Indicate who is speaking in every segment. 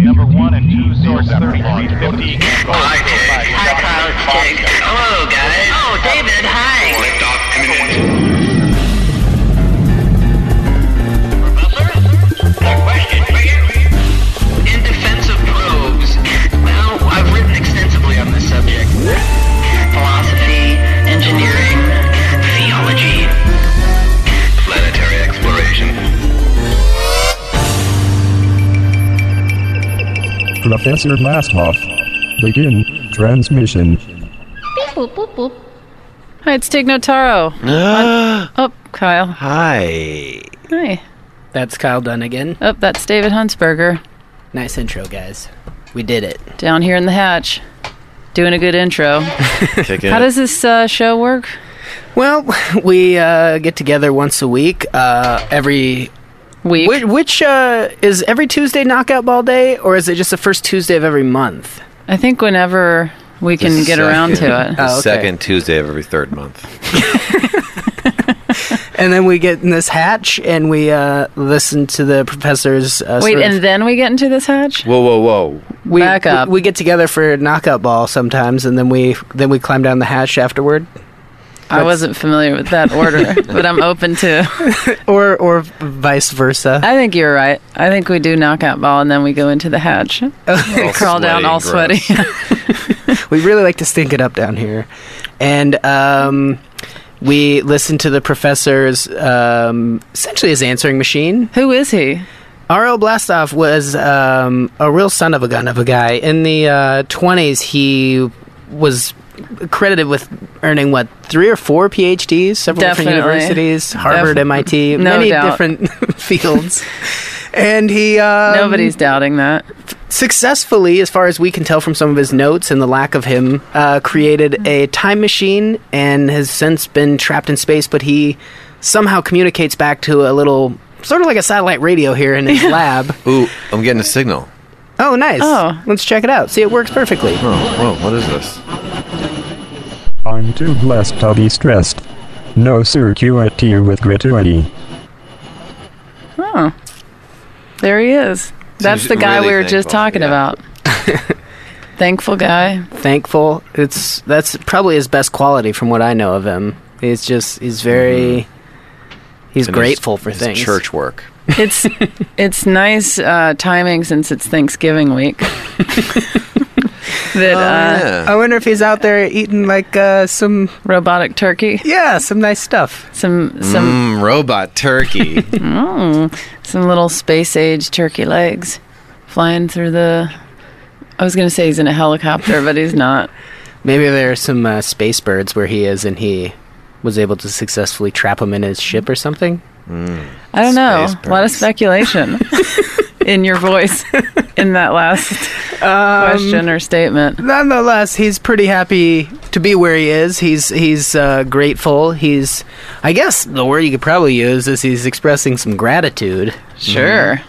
Speaker 1: number one and two, source 3350.
Speaker 2: Hi, Dave.
Speaker 3: Hi, Carl. It's Dick. Hello, guys. Oh, David. Hi.
Speaker 2: Liftoff imminent.
Speaker 3: In defense of probes, well, I've written extensively on this subject. Philosophy, engineering, theology.
Speaker 2: Planetary exploration.
Speaker 4: Professor Blastoff. Begin transmission.
Speaker 5: Boop, boop, boop. Hi, it's Tig Notaro. Up, Kyle.
Speaker 6: Hi.
Speaker 5: Hi.
Speaker 7: That's Kyle Dunnigan.
Speaker 5: Up, that's David Huntsberger.
Speaker 7: Nice intro, guys. We did it.
Speaker 5: Down here in the hatch. Doing a good intro.
Speaker 6: Kick it.
Speaker 5: How does this uh, show work?
Speaker 7: Well, we uh, get together once a week. Uh, every
Speaker 5: Week.
Speaker 7: which, which uh, is every Tuesday knockout ball day, or is it just the first Tuesday of every month?
Speaker 5: I think whenever we can
Speaker 6: The
Speaker 5: get around
Speaker 6: second-
Speaker 5: to it.
Speaker 6: the
Speaker 7: Oh, okay.
Speaker 6: Second Tuesday of every third month.
Speaker 7: And then we get in this hatch and we uh, listen to the professor's. Uh,
Speaker 5: Wait,
Speaker 7: sort of-
Speaker 5: and then we get into this hatch?
Speaker 6: Whoa, whoa, whoa.
Speaker 7: we,
Speaker 5: Back
Speaker 7: we-
Speaker 5: up.
Speaker 7: We, get together for knockout ball sometimes, and then we then we climb down the hatch afterward,
Speaker 5: I wasn't familiar with that order, but I'm open to.
Speaker 7: or or vice versa.
Speaker 5: I think you're right. I think we do knockout ball and then we go into the hatch.
Speaker 6: All
Speaker 5: Crawl down
Speaker 6: sweaty
Speaker 5: all
Speaker 6: and
Speaker 5: sweaty.
Speaker 6: gross.
Speaker 7: we really like to stink it up down here and um, we listen to the professor's um, essentially his answering machine
Speaker 5: Who is he?
Speaker 7: rl blastoff was um, a real son of a gun of a guy in the uh, 20s he was credited with earning what three or four phds several different
Speaker 5: Definitely.
Speaker 7: universities harvard
Speaker 5: Def-
Speaker 7: mit
Speaker 5: no
Speaker 7: many
Speaker 5: doubt.
Speaker 7: different fields and he um,
Speaker 5: Nobody's doubting that.
Speaker 7: successfully, as far as we can tell from some of his notes and the lack of him, uh, created a time machine and has since been trapped in space. But he somehow communicates back to a little, sort of like a satellite radio here in his lab.
Speaker 6: Ooh, I'm getting a signal.
Speaker 7: Oh, nice.
Speaker 5: Oh.
Speaker 7: Let's check it out. See, it works perfectly.
Speaker 6: Oh, whoa, what is this?
Speaker 4: I'm too blessed to be stressed. No circuity with gratuity.
Speaker 5: Oh, there he is. That's
Speaker 6: he's
Speaker 5: the guy we were
Speaker 6: really
Speaker 5: just
Speaker 6: thankful,
Speaker 5: talking
Speaker 6: yeah.
Speaker 5: about. thankful guy.
Speaker 7: Thankful. It's that's probably his best quality from what I know of him. He's just he's very. He's
Speaker 6: Mm-hmm. And his-
Speaker 7: grateful for
Speaker 6: his
Speaker 7: things.
Speaker 6: Church work.
Speaker 5: It's it's nice uh, timing since it's Thanksgiving week. that uh,
Speaker 6: Oh, yeah.
Speaker 7: I wonder if he's out there eating like uh, some
Speaker 5: robotic turkey,
Speaker 7: yeah some nice stuff.
Speaker 5: some some
Speaker 6: Mm, robot turkey.
Speaker 5: some little space age turkey legs flying through the. I was gonna say he's in a helicopter, but he's not.
Speaker 7: Maybe there are some uh, space birds where he is, and he was able to successfully trap them in his ship or something.
Speaker 5: I don't know.
Speaker 6: Space
Speaker 5: A lot of
Speaker 6: birds.
Speaker 5: speculation in your voice in that last
Speaker 6: Um,
Speaker 5: question or statement.
Speaker 7: Nonetheless, he's pretty happy to be where he is. He's he's uh, grateful. He's, I guess, the word you could probably use is he's expressing some gratitude.
Speaker 5: Sure.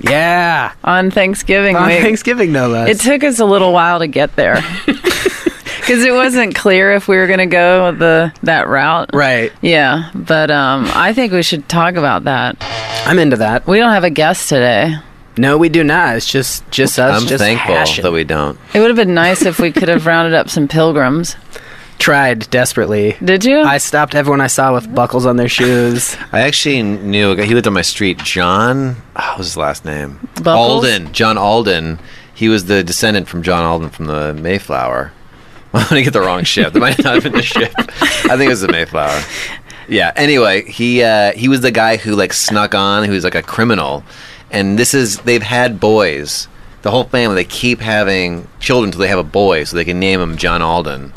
Speaker 7: Yeah,
Speaker 5: On Thanksgiving
Speaker 7: on
Speaker 5: week.
Speaker 7: Thanksgiving, no less.
Speaker 5: It took us a little while to get there. Because it wasn't clear if we were going to go the that route.
Speaker 7: right.
Speaker 5: Yeah, but um, I think we should talk about that.
Speaker 7: I'm into that.
Speaker 5: We don't have a guest today.
Speaker 7: No, we do not. It's just just us.
Speaker 6: I'm
Speaker 7: just
Speaker 6: thankful
Speaker 7: hashing.
Speaker 6: that we don't.
Speaker 5: It would have been nice if we could have rounded up some pilgrims.
Speaker 7: tried desperately.
Speaker 5: Did you?
Speaker 7: I stopped everyone I saw with buckles on their shoes.
Speaker 6: I actually knew a guy. He lived on my street. John, oh, what was his last name?
Speaker 5: Buckles?
Speaker 6: Alden. John Alden. He was the descendant from John Alden from the Mayflower. Well, I'm gonna get the wrong ship. That might not have been the ship. I think it was the Mayflower. Yeah. Anyway, he uh, he was the guy who like snuck on. Who was like a criminal, and this is they've had boys. The whole family they keep having children till they have a boy, so they can name him John Alden.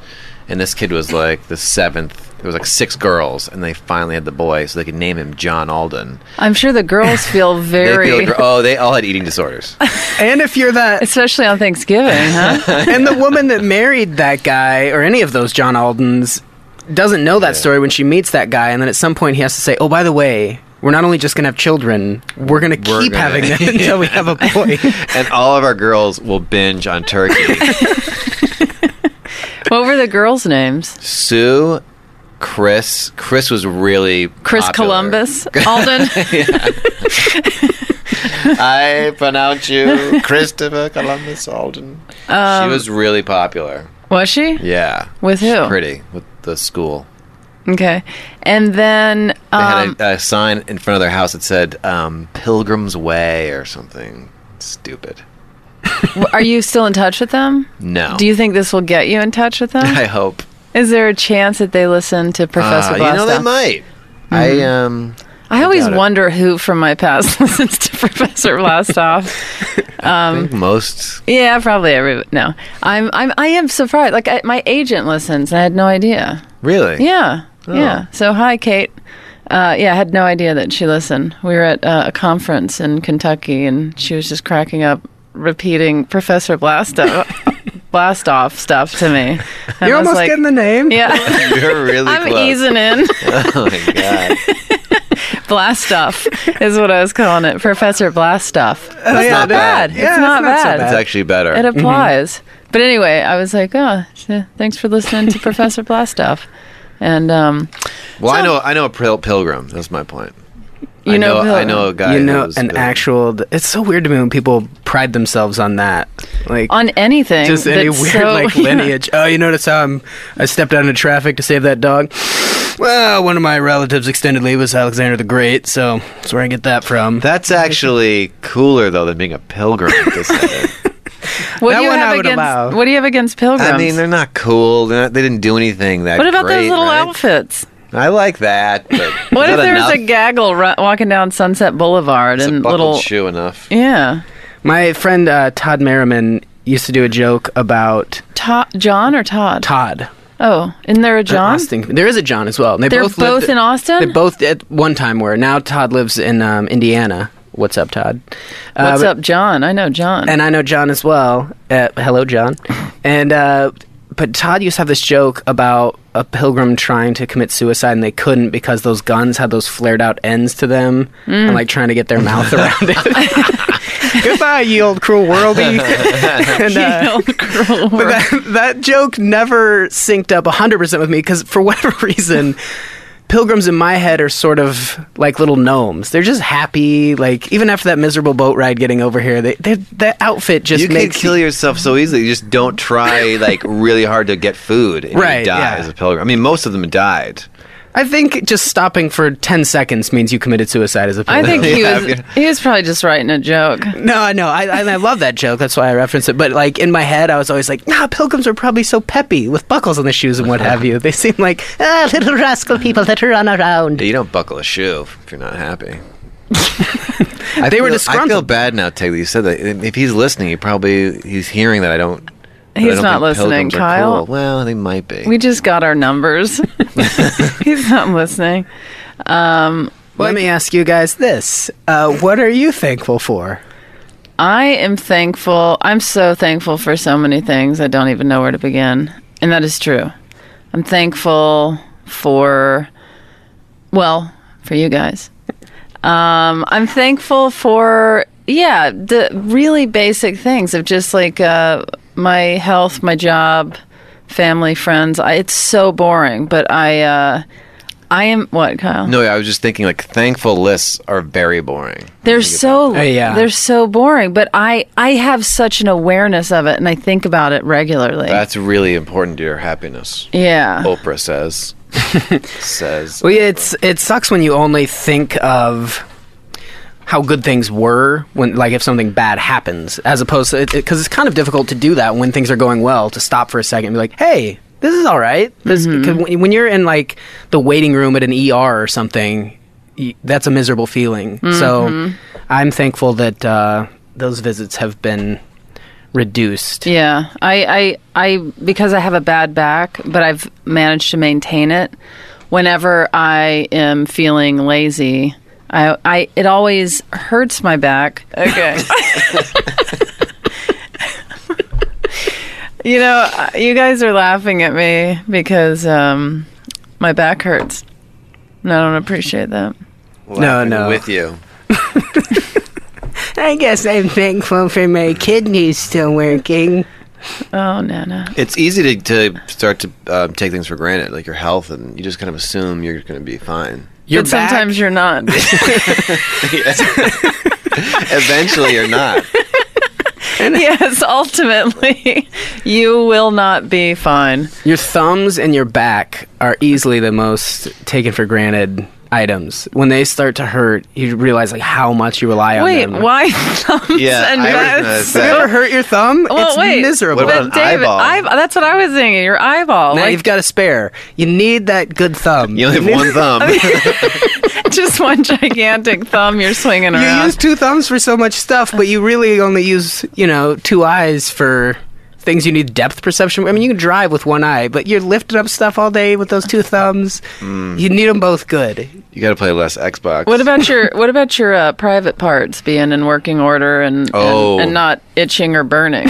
Speaker 6: And this kid was like the seventh. There was like six girls, and they finally had the boy, so they could name him John Alden.
Speaker 5: I'm sure the girls feel
Speaker 6: They feel
Speaker 5: very,
Speaker 6: like- oh, they all had eating disorders.
Speaker 7: and if you're that
Speaker 5: especially on Thanksgiving, huh?
Speaker 7: and the woman that married that guy or any of those John Aldens doesn't know that story when she meets that guy, and then at some point he has to say, "Oh, by the way." We're not only just gonna have children; we're gonna
Speaker 6: We're
Speaker 7: keep
Speaker 6: gonna-
Speaker 7: having them until we have a boy.
Speaker 6: and all of our girls will binge on turkey.
Speaker 5: what were the girls' names?
Speaker 6: Sue, Chris. Chris was really
Speaker 5: Chris
Speaker 6: popular.
Speaker 5: Columbus, Alden.
Speaker 6: I pronounce you Christopher Columbus Alden. she was really popular.
Speaker 5: was she?
Speaker 6: Yeah,
Speaker 5: Um, With
Speaker 6: She's
Speaker 5: who?
Speaker 6: pretty with the school.
Speaker 5: Okay. And then
Speaker 6: They
Speaker 5: um,
Speaker 6: had a, a sign in front of their house that said um, "Pilgrim's Way" or something stupid.
Speaker 5: w- are you still in touch with them?
Speaker 6: No,
Speaker 5: Do you think this will get you in touch with them?
Speaker 6: I hope
Speaker 5: Is there a chance that they listen to Professor Mm-hmm.
Speaker 6: Ah,
Speaker 5: Blastow?
Speaker 6: You know they might. I um.
Speaker 5: I always
Speaker 6: doubt it.
Speaker 5: wonder who from my past listens to Professor Blastoff.
Speaker 6: I
Speaker 5: Um,
Speaker 6: think most
Speaker 5: yeah, probably every no. I'm I'm I am surprised. Like I, my agent listens. I had no idea.
Speaker 6: really.
Speaker 5: Yeah.
Speaker 6: Oh.
Speaker 5: Yeah. So hi Kate. Uh, yeah, I had no idea that she listened. We were at uh, a conference in Kentucky and she was just cracking up repeating Professor Blastoff Blastoff stuff to me. And
Speaker 7: You're
Speaker 5: I was
Speaker 7: almost
Speaker 5: like,
Speaker 7: getting the name.
Speaker 5: Yeah.
Speaker 6: You're really
Speaker 5: I'm
Speaker 6: close.
Speaker 5: easing in.
Speaker 6: Oh my god.
Speaker 5: Blastoff is what I was calling it. Professor Blastoff. That's
Speaker 7: yeah,
Speaker 5: not
Speaker 7: that-
Speaker 5: bad.
Speaker 7: yeah,
Speaker 5: it's not,
Speaker 7: that's not so
Speaker 5: bad.
Speaker 6: It's actually better.
Speaker 5: It applies. But anyway, I was like, oh, sh- thanks for listening to Professor Blastoff. And um,
Speaker 6: well, I know I know a pil- pilgrim. That's my point.
Speaker 5: you
Speaker 6: I
Speaker 5: know,
Speaker 6: know, I
Speaker 5: Pilgrim.
Speaker 6: know a guy.
Speaker 7: you
Speaker 6: who
Speaker 7: know,
Speaker 6: was
Speaker 7: an
Speaker 6: the-
Speaker 7: actual. It's so weird to me when people pride themselves on that. Like,
Speaker 5: on anything.
Speaker 7: just any
Speaker 5: that's
Speaker 7: weird
Speaker 5: so-
Speaker 7: like lineage. Oh, you notice how I'm, I stepped out into traffic to save that dog? Well, one of my relatives' extended leave was Alexander the Great, so that's where I get that from. That,
Speaker 6: That's actually cooler though than being a pilgrim. descendant.
Speaker 5: What
Speaker 7: That
Speaker 5: do you
Speaker 7: one
Speaker 5: have
Speaker 7: I would
Speaker 5: against?
Speaker 7: allow.
Speaker 5: What do you have against pilgrims?
Speaker 6: I mean, they're not cool. They're not, they didn't do anything that.
Speaker 5: what about
Speaker 6: great,
Speaker 5: those little
Speaker 6: right?
Speaker 5: outfits?
Speaker 6: I like that. But
Speaker 5: What
Speaker 6: is
Speaker 5: if
Speaker 6: that
Speaker 5: there was a
Speaker 6: enough?
Speaker 5: gaggle ru- walking down Sunset Boulevard
Speaker 6: It's a
Speaker 5: and
Speaker 6: buckled
Speaker 5: little?
Speaker 6: shoe enough?
Speaker 5: Yeah,
Speaker 7: my friend uh, Todd Merriman used to do a joke about
Speaker 5: Todd, John or Todd?
Speaker 7: Todd.
Speaker 5: Oh, isn't there a
Speaker 7: in
Speaker 5: John?
Speaker 7: Austin. There is a John as well. and They
Speaker 5: They're
Speaker 7: both, lived-
Speaker 5: both in Austin?
Speaker 7: They both at one time were. Now Todd lives in um, Indiana. What's up, Todd? Uh,
Speaker 5: What's
Speaker 7: but-
Speaker 5: up, John? I know John.
Speaker 7: and I know John as well. Uh, hello, John. And uh, but Todd used to have this joke about a pilgrim trying to commit suicide and they couldn't because those guns had those flared out ends to them and like trying to get their mouth around it. Goodbye, ye old cruel worldie. and, uh,
Speaker 5: No, cruel
Speaker 7: but
Speaker 5: word.
Speaker 7: that, that joke never synced up 100% with me because for whatever reason pilgrims in my head are sort of like little gnomes they're just happy like even after that miserable boat ride getting over here they, they that outfit just
Speaker 6: You can
Speaker 7: makes
Speaker 6: kill yourself so easily. You just don't try like really hard to get food. And
Speaker 7: Right,
Speaker 6: You die
Speaker 7: yeah.
Speaker 6: as a pilgrim. I mean, most of them died.
Speaker 7: i think just stopping for 10 seconds means you committed suicide as a
Speaker 5: I
Speaker 7: pilgrim
Speaker 5: think he
Speaker 6: Yeah,
Speaker 5: was
Speaker 6: I've-
Speaker 5: he was probably just writing a joke.
Speaker 7: No, I know. I, I, I love that joke. That's why I reference it. But like in my head, I was always like, "Nah, pilgrims are probably so peppy with buckles on the shoes and what have you. They seem like ah, little rascal people that run around."
Speaker 6: Yeah, You don't buckle a shoe if you're not happy. I
Speaker 7: They
Speaker 6: feel-
Speaker 7: were
Speaker 6: I feel
Speaker 7: disgruntled.
Speaker 6: bad now, Ted. that You said that. If he's listening, he probably he's hearing that I don't. that I
Speaker 5: He's
Speaker 6: don't
Speaker 5: not
Speaker 6: think
Speaker 5: listening,
Speaker 6: pilgrims are
Speaker 5: Kyle.
Speaker 6: cool. Well, they might be.
Speaker 5: We just got our numbers. He's not listening.
Speaker 7: Let me ask you guys this: uh, What are you thankful for?
Speaker 5: I am thankful. I'm so thankful for so many things. I don't even know where to begin. And that is true. I'm thankful for, well, for you guys. Um, I'm thankful for, yeah, the really basic things of just like uh, my health, my job, family, friends. I, it's so boring, but I, uh, I am what, Kyle?
Speaker 6: no, I was just thinking like thankful lists are very boring.
Speaker 5: They're so
Speaker 7: Oh, yeah.
Speaker 5: they're so boring, but I I have such an awareness of it and I think about it regularly.
Speaker 6: That's really important to your happiness.
Speaker 5: yeah.
Speaker 6: Oprah says. says.
Speaker 7: Well, yeah, it's it sucks when you only think of how good things were when like if something bad happens as opposed to because it's kind of difficult to do that when things are going well to stop for a second and be like hey this is all right this, 'cause when, when you're in like the waiting room at an er or something y- that's a miserable feeling so i'm thankful that uh, those visits have been reduced
Speaker 5: Yeah. I, I I because I have a bad back, but I've managed to maintain it. Whenever I am feeling lazy, I I it always hurts my back. Okay. you know, I- you guys are laughing at me because um my back hurts. And I don't appreciate that.
Speaker 7: no no
Speaker 6: With you.
Speaker 7: i guess i'm thankful for my kidneys still working
Speaker 5: Oh, Nana.
Speaker 6: It's easy to, to start to um, take things for granted, like your health, and you just kind of assume you're going to be fine.
Speaker 7: You're
Speaker 5: but sometimes you're not.
Speaker 6: Eventually, you're not.
Speaker 5: yes, ultimately, you will not be fine.
Speaker 7: Your thumbs and your back are easily the most taken for granted items. When they start to hurt, you realize like how much you rely
Speaker 5: Wait,
Speaker 7: on them.
Speaker 5: why thumbs
Speaker 6: Yeah,
Speaker 5: and
Speaker 6: I
Speaker 5: backs?
Speaker 6: recognize
Speaker 7: Have
Speaker 6: that.
Speaker 7: you ever hurt your thumb?
Speaker 5: Well,
Speaker 7: it's
Speaker 5: wait,
Speaker 7: miserable.
Speaker 6: What about
Speaker 5: But
Speaker 6: an
Speaker 5: David,
Speaker 6: eyeball?
Speaker 5: eye- that's what I was thinking. Your eyeball.
Speaker 7: now
Speaker 5: like,
Speaker 7: you've got a spare. You need that good thumb.
Speaker 6: You only have one thumb.
Speaker 5: just one gigantic thumb you're swinging
Speaker 7: You
Speaker 5: around.
Speaker 7: use two thumbs for so much stuff, but you really only use, you know, two eyes for things you need depth perception. I mean, you can drive with one eye, but you're lifting up stuff all day with those two thumbs. You need them both good.
Speaker 6: you got to play less Xbox.
Speaker 5: what about your What about your uh, private parts being in working order and,
Speaker 6: Oh.
Speaker 5: and and not itching or burning?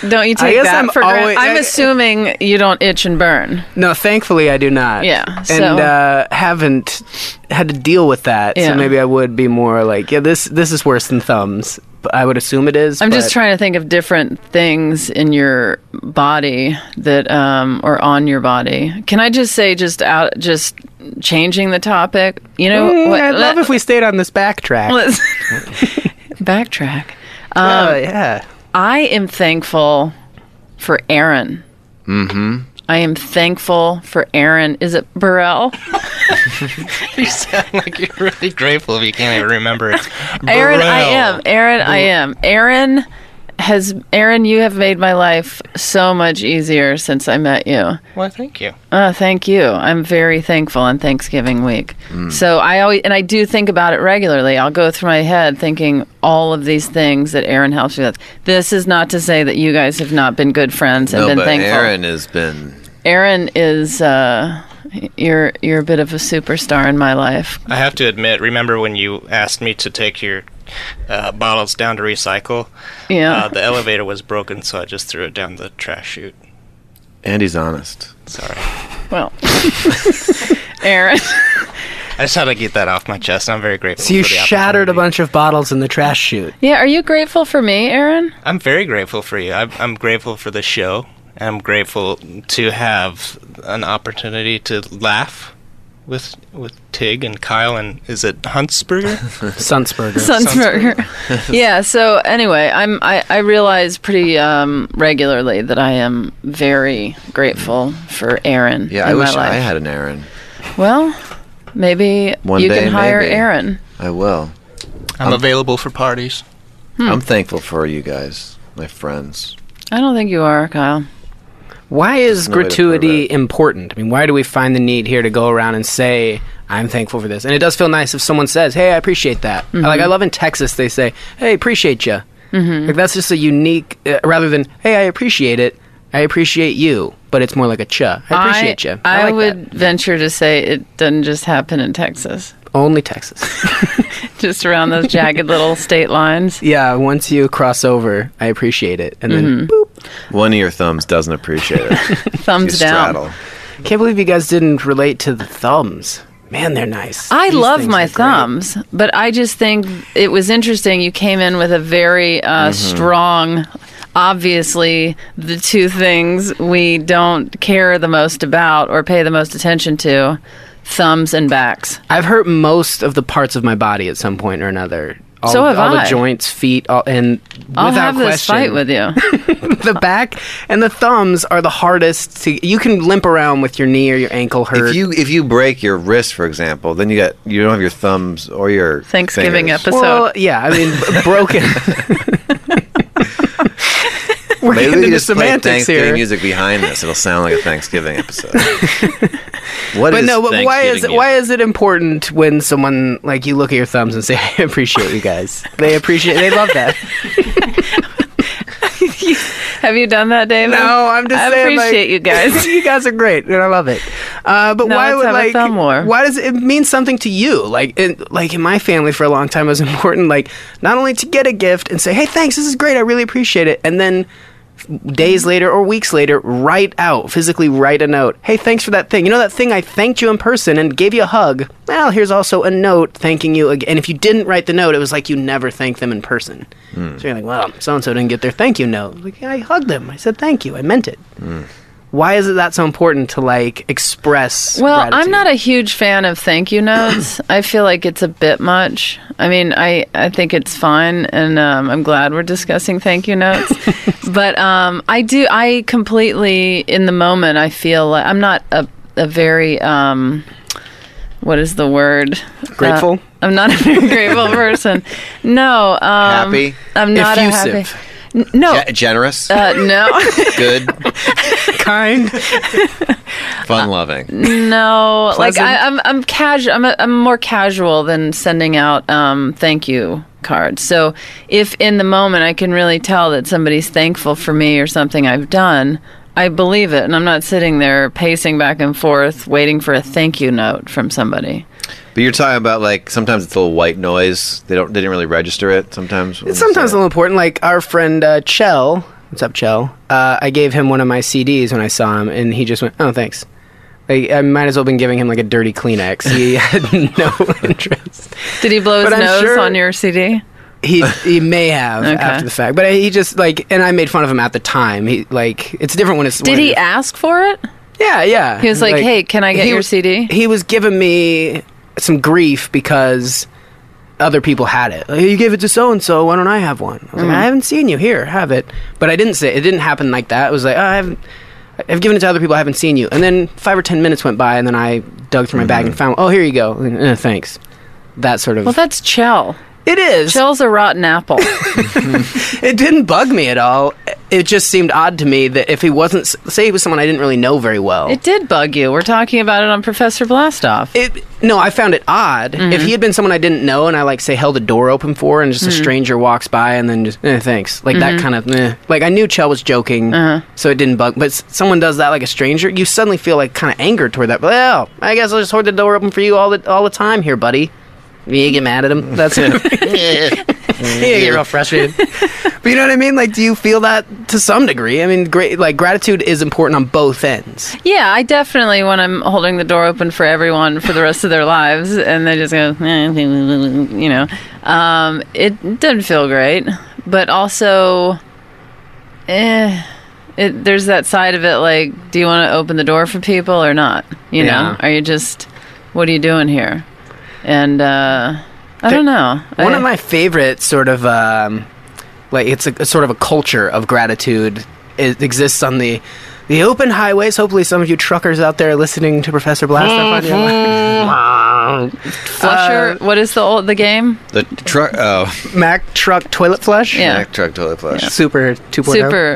Speaker 5: don't you
Speaker 7: I
Speaker 5: take
Speaker 7: guess
Speaker 5: that
Speaker 7: I'm
Speaker 5: for
Speaker 7: always-
Speaker 5: granted? I'm
Speaker 7: I-
Speaker 5: assuming you don't itch and burn.
Speaker 7: No, thankfully I do not.
Speaker 5: Yeah,
Speaker 7: and
Speaker 5: so-
Speaker 7: uh, haven't had to deal with that.
Speaker 5: Yeah.
Speaker 7: So maybe I would be more like, yeah, this this is worse than thumbs. But I would assume it is.
Speaker 5: I'm just
Speaker 7: but-
Speaker 5: trying to think of different things in your body that um or on your body. Can I just say just out just changing the topic? You know,
Speaker 7: Mm,
Speaker 5: what-
Speaker 7: I'd love if we stayed on this backtrack.
Speaker 5: let's backtrack.
Speaker 7: oh yeah.
Speaker 5: I am thankful for Aaron. Mm-hmm. I am thankful for Aaron. Is it Burrell?
Speaker 8: You sound like you're really grateful if you can't even remember it.
Speaker 5: Aaron, I
Speaker 8: Burrell.
Speaker 5: am. Aaron, I am. Aaron has Aaron. You have made my life so much easier since I met you.
Speaker 8: Well, thank you.
Speaker 5: Oh, thank you. I'm very thankful on Thanksgiving week.
Speaker 6: Hmm.
Speaker 5: So I always and I do think about it regularly. I'll go through my head thinking all of these things that Aaron helps me with. This is not to say that you guys have not been good friends and
Speaker 6: No,
Speaker 5: been
Speaker 6: but
Speaker 5: thankful.
Speaker 6: Aaron has been.
Speaker 5: Aaron is uh, you're you're a bit of a superstar in my life.
Speaker 8: I have to admit, remember when you asked me to take your uh, bottles down to recycle?
Speaker 5: Yeah.
Speaker 8: Uh, the elevator was broken, so I just threw it down the trash chute.
Speaker 6: Andy's honest.
Speaker 8: Sorry.
Speaker 6: Uh,
Speaker 5: well, Aaron.
Speaker 8: I just had to get that off my chest. and I'm very grateful.
Speaker 7: So you
Speaker 8: for the
Speaker 7: shattered a
Speaker 8: opportunity.
Speaker 7: bunch of bottles in the trash chute.
Speaker 5: Yeah, are you grateful for me, Aaron?
Speaker 8: I'm very grateful for you. I'm, I'm grateful for the show. and I'm grateful to have an opportunity to laugh with with Tig and Kyle and is it Huntsberger?
Speaker 7: Sunsburger.
Speaker 5: Sunsberger. yeah. So anyway, I'm I, I realize pretty um, regularly that I am very grateful for Aaron.
Speaker 6: Yeah,
Speaker 5: in
Speaker 6: I wish
Speaker 5: my life.
Speaker 6: I had an Aaron.
Speaker 5: Well, maybe
Speaker 6: One
Speaker 5: you
Speaker 6: day,
Speaker 5: can hire
Speaker 6: maybe.
Speaker 5: Aaron.
Speaker 6: I will.
Speaker 8: I'm available for parties.
Speaker 5: Hmm.
Speaker 6: I'm thankful for you guys, my friends.
Speaker 5: I don't think you are, Kyle.
Speaker 7: Why is
Speaker 6: no way to prove
Speaker 7: gratuity
Speaker 6: it.
Speaker 7: important? I mean, why do we find the need here to go around and say, I'm thankful for this? And it does feel nice if someone says, Hey, I appreciate that.
Speaker 5: Mm-hmm.
Speaker 7: Like, I love in Texas, they say, Hey, appreciate you.
Speaker 5: Mm-hmm.
Speaker 7: Like, that's just a unique, uh, rather than, Hey, I appreciate it, I appreciate you. But it's more like a cha. I appreciate you. I,
Speaker 5: I,
Speaker 7: like
Speaker 5: would
Speaker 7: that.
Speaker 5: venture to say it doesn't just happen in Texas,
Speaker 7: Only Texas.
Speaker 5: just around those jagged little state lines.
Speaker 7: yeah, once you cross over, I appreciate it. And
Speaker 5: Mm-hmm.
Speaker 7: then, boop.
Speaker 6: One of your thumbs doesn't appreciate it. you
Speaker 5: Thumbs down.
Speaker 6: straddle.
Speaker 7: Can't believe you guys didn't relate to the thumbs. Man, they're nice.
Speaker 5: I
Speaker 7: These
Speaker 5: love
Speaker 7: things
Speaker 5: my
Speaker 7: are great.
Speaker 5: thumbs, but I just think it was interesting. You came in with a very uh,
Speaker 7: Mm-hmm.
Speaker 5: strong, obviously, the two things we don't care the most about or pay the most attention to thumbs and backs.
Speaker 7: I've hurt most of the parts of my body at some point or another. All,
Speaker 5: So have
Speaker 7: all the
Speaker 5: I.
Speaker 7: joints, feet, all, and
Speaker 5: I'll
Speaker 7: without
Speaker 5: have this
Speaker 7: question,
Speaker 5: fight with you.
Speaker 7: the back and the thumbs are the hardest to. You can limp around with your knee or your ankle hurt.
Speaker 6: If you if you break your wrist, for example, then you got you don't have your thumbs or your
Speaker 5: Thanksgiving
Speaker 6: fingers.
Speaker 5: episode.
Speaker 7: well, yeah, I mean, b- broken. We're
Speaker 6: Maybe
Speaker 7: getting
Speaker 6: we
Speaker 7: into
Speaker 6: just play
Speaker 7: semantics
Speaker 6: Thanksgiving
Speaker 7: here.
Speaker 6: music behind this. It'll sound like a Thanksgiving episode. What
Speaker 7: But
Speaker 6: is
Speaker 7: no, but why is
Speaker 6: Thanksgiving
Speaker 7: it, why
Speaker 6: music?
Speaker 7: is it important when someone like you look at your thumbs and say, "I appreciate you guys." They appreciate. They love that.
Speaker 5: have you done that, David?
Speaker 7: No, I'm just
Speaker 5: I
Speaker 7: saying. like,
Speaker 5: appreciate you guys.
Speaker 7: you guys are great, and I love it. Uh, but
Speaker 5: No,
Speaker 7: why
Speaker 5: let's
Speaker 7: would
Speaker 5: have a
Speaker 7: like
Speaker 5: thumb war.
Speaker 7: why does it mean something to you? Like in, like in my family for a long time, it was important. Like not only to get a gift and say, "Hey, thanks, this is great, I really appreciate it," and then days later or weeks later, write out, physically write a note. Hey, thanks for that thing. You know that thing I thanked you in person and gave you a hug? Well, here's also a note thanking you again. And if you didn't write the note, it was like you never thanked them in person. So you're like, well, so and so didn't get their thank you note. Like, I hugged them. I said thank you. I meant it. Why is it that so important to like express?
Speaker 5: Well, I'm
Speaker 7: gratitude?
Speaker 5: not a huge fan of thank you notes. I feel like it's a bit much. I mean, I, I think it's fine, and um, I'm glad we're discussing thank you notes. but um, I do, I completely, in the moment, I feel like I'm not a, a very, um, what is the word?
Speaker 7: Grateful?
Speaker 5: Uh, I'm not a very grateful person. No. Um,
Speaker 6: Happy?
Speaker 5: I'm not a happy.
Speaker 6: Effusive.
Speaker 5: N- no.
Speaker 6: Ge- generous,
Speaker 5: uh, no.
Speaker 6: good,
Speaker 7: kind.
Speaker 6: fun loving.
Speaker 5: No, like
Speaker 7: Pleasant.
Speaker 5: I, I'm I'm casual. I'm a, I'm more casual than sending out um, thank you cards. So if in the moment I can really tell that somebody's thankful for me or something I've done, I believe it, and I'm not sitting there pacing back and forth waiting for a thank you note from somebody.
Speaker 6: But you're talking about like sometimes it's a little white noise. They don't they didn't really register it sometimes.
Speaker 7: It's sometimes a little important. Like our friend uh, Chell. What's up, Chell? Uh, I gave him one of my CDs when I saw him, and he just went, "Oh, thanks." Like, I might as well have been giving him like a dirty Kleenex. He had no interest.
Speaker 5: Did he blow his
Speaker 7: But I'm
Speaker 5: nose
Speaker 7: sure-
Speaker 5: on your CD?
Speaker 7: He he may have
Speaker 5: Okay.
Speaker 7: after the fact, but he just like, and I made fun of him at the time. He like, it's different when it's.
Speaker 5: Did
Speaker 7: when
Speaker 5: he
Speaker 7: it's-
Speaker 5: ask for it?
Speaker 7: Yeah, yeah.
Speaker 5: He was like, "Hey, can I get
Speaker 7: he
Speaker 5: your
Speaker 7: was-
Speaker 5: CD?"
Speaker 7: He was giving me some grief because other people had it. Like, you gave it to so and so. Why don't I have one? I was
Speaker 5: Mm.
Speaker 7: like, I haven't seen you. Here, have it. But I didn't say it didn't happen like that. It was like "Oh, I haven't. I've given it to other people. I haven't seen you. And then five or ten minutes went by, and then I dug through my bag and found. Oh, here you go. And, "Eh, thanks. That sort of.
Speaker 5: Mm-hmm. Well, that's Chell.
Speaker 7: it is.
Speaker 5: Chell's a rotten apple.
Speaker 7: It didn't bug me at all. It just seemed odd to me that if he wasn't, say he was someone I didn't really know very well.
Speaker 5: it did bug you. We're talking about it on Professor Blastoff.
Speaker 7: it no i found it odd if he had been someone i didn't know and i like say held a door open for and just a stranger walks by and then just eh, thanks like that kind of eh. like i knew chell was joking so it didn't bug but s- someone does that like a stranger you suddenly feel like kind of anger toward that well i guess i'll just hold the door open for you all the all the time here buddy you get mad at him that's it you get real frustrated but you know what i mean like do you feel that to some degree i mean great like gratitude is important on both ends
Speaker 5: Yeah, I definitely when I'm holding the door open for everyone for the rest of their lives, and they just go, eh, you know, um, it didn't feel great, but also, eh, it, there's that side of it like, do you want to open the door for people or not? You
Speaker 7: Yeah.
Speaker 5: know, are you just, what are you doing here? And uh, I don't know.
Speaker 7: One
Speaker 5: I-
Speaker 7: of my favorite sort of um, like it's a, a sort of a culture of gratitude. It exists on the the open highways. Hopefully, some of you truckers out there are listening to Professor Blastoff
Speaker 5: Mm-hmm.
Speaker 7: on your
Speaker 5: flusher.
Speaker 7: uh,
Speaker 5: what is the old the game?
Speaker 6: The truck. Oh,
Speaker 7: Mac truck toilet flush.
Speaker 5: Yeah.
Speaker 6: Mac truck toilet flush.
Speaker 7: Super oh. 2.0.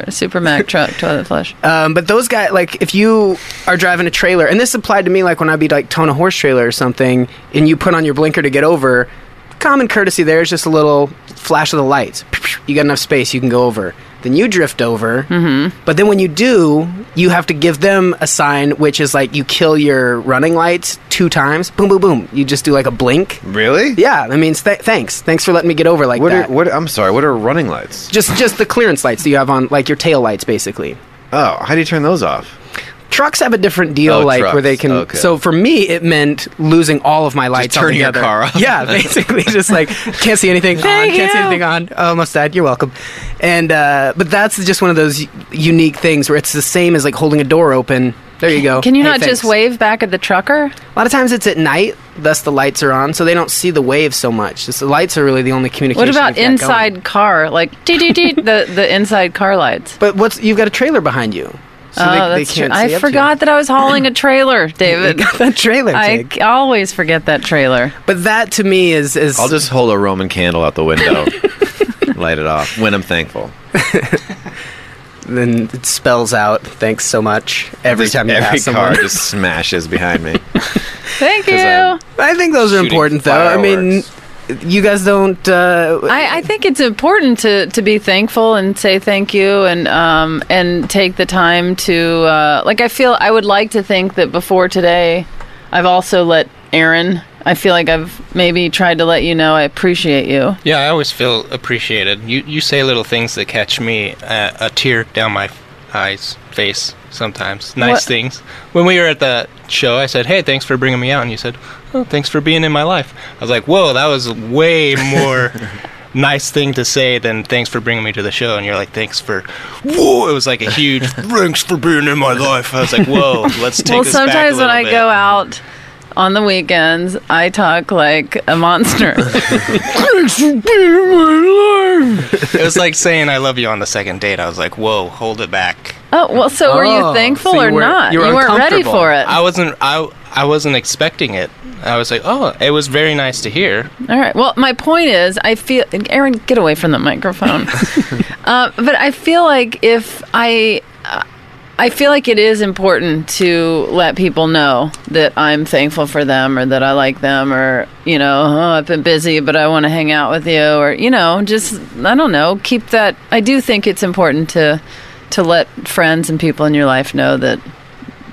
Speaker 5: Super Super Mac truck toilet flush.
Speaker 7: Um, but those guys, like, if you are driving a trailer, and this applied to me, like when I'd be like towing a horse trailer or something, and you put on your blinker to get over, common courtesy there is just a little flash of the lights. You got enough space, you can go over. Then you drift over. Mm-hmm. But then when you do, you have to give them a sign, which is like you kill your running lights two times. Boom, boom, boom. You just do like a blink.
Speaker 6: Really?
Speaker 7: Yeah, that means th- thanks. Thanks for letting me get over like
Speaker 6: What
Speaker 7: that.
Speaker 6: are what? I'm sorry. What are running lights?
Speaker 7: just just the clearance lights that you have on, like your tail lights, basically.
Speaker 6: Oh, how do you turn those off?
Speaker 7: trucks have a different deal,
Speaker 6: Oh,
Speaker 7: like
Speaker 6: trucks.
Speaker 7: where they can.
Speaker 6: Okay.
Speaker 7: So for me, it meant losing all of my lights.
Speaker 6: turning your
Speaker 7: altogether.
Speaker 6: car off.
Speaker 7: Yeah, basically, just like can't see anything on,
Speaker 5: Thank
Speaker 7: can't see
Speaker 5: you.
Speaker 7: anything on. Almost died. You're welcome. And uh, but that's just one of those u- unique things where it's the same as like holding a door open. There you go.
Speaker 5: Can you
Speaker 7: Oh, Hey,
Speaker 5: not just
Speaker 7: thanks.
Speaker 5: wave back at the trucker?
Speaker 7: A lot of times it's at night, thus the lights are on, so they don't see the wave so much. Just the lights are really the only
Speaker 5: What
Speaker 7: communication.
Speaker 5: about
Speaker 7: you've got going.
Speaker 5: inside car? Like dee dee dee the the inside car lights.
Speaker 7: But what's you've got a trailer behind you, so
Speaker 5: oh,
Speaker 7: they,
Speaker 5: that's
Speaker 7: they can't
Speaker 5: true.
Speaker 7: see
Speaker 5: I
Speaker 7: up to you.
Speaker 5: forgot that I was hauling a trailer, David.
Speaker 7: that trailer.
Speaker 5: I
Speaker 7: Tig.
Speaker 5: c- always forget that trailer.
Speaker 7: but that to me is is
Speaker 6: I'll just hold a Roman candle out the window, light it off when I'm thankful.
Speaker 7: then it spells out thanks so much every
Speaker 6: Just
Speaker 7: time you
Speaker 6: every
Speaker 7: pass someone.
Speaker 6: car just smashes behind me.
Speaker 5: Thank you.
Speaker 6: 'Cause I'm-
Speaker 7: I think those are
Speaker 6: Shooting
Speaker 7: important though. I mean, you guys don't. Uh,
Speaker 5: I, I think it's important to, to be thankful and say thank you and um, and take the time to uh, like I feel I would like to think that before today I've also let Aaron I feel like I've maybe tried to let you know I appreciate you.
Speaker 8: Yeah, I always feel appreciated. You you say little things that catch me uh, a tear down my eyes, face sometimes. Nice
Speaker 5: What-
Speaker 8: things. When we were at the show, I said, "Hey, thanks for bringing me out," and you said, "Oh, thanks for being in my life." I was like, "Whoa, that was way more." Nice thing to say than thanks for bringing me to the show, and you're like thanks for, whoa! It was like a huge thanks for being in my life. I was like whoa, let's take
Speaker 5: well,
Speaker 8: this back a
Speaker 5: sometimes when
Speaker 8: little
Speaker 5: I
Speaker 8: bit.
Speaker 5: go out on the weekends, I talk like a monster.
Speaker 8: it was like saying I love you on the second date. I was like whoa, hold it back.
Speaker 5: oh, well, so were
Speaker 7: Oh,
Speaker 5: you thankful
Speaker 7: so you
Speaker 5: or
Speaker 7: were-
Speaker 5: not?
Speaker 7: you were
Speaker 5: not ready
Speaker 7: uncomfortable.
Speaker 5: for it.
Speaker 8: I wasn't I I wasn't expecting it. I was like, oh, it was very nice to hear.
Speaker 5: All right. Well, my point is, I feel Aaron, get away from the microphone. uh, but I feel like if I, uh, I feel like it is important to let people know that I'm thankful for them, or that I like them, or you know, oh, I've been busy, but I want to hang out with you, or you know, just I don't know, keep that. I do think it's important to to let friends and people in your life know that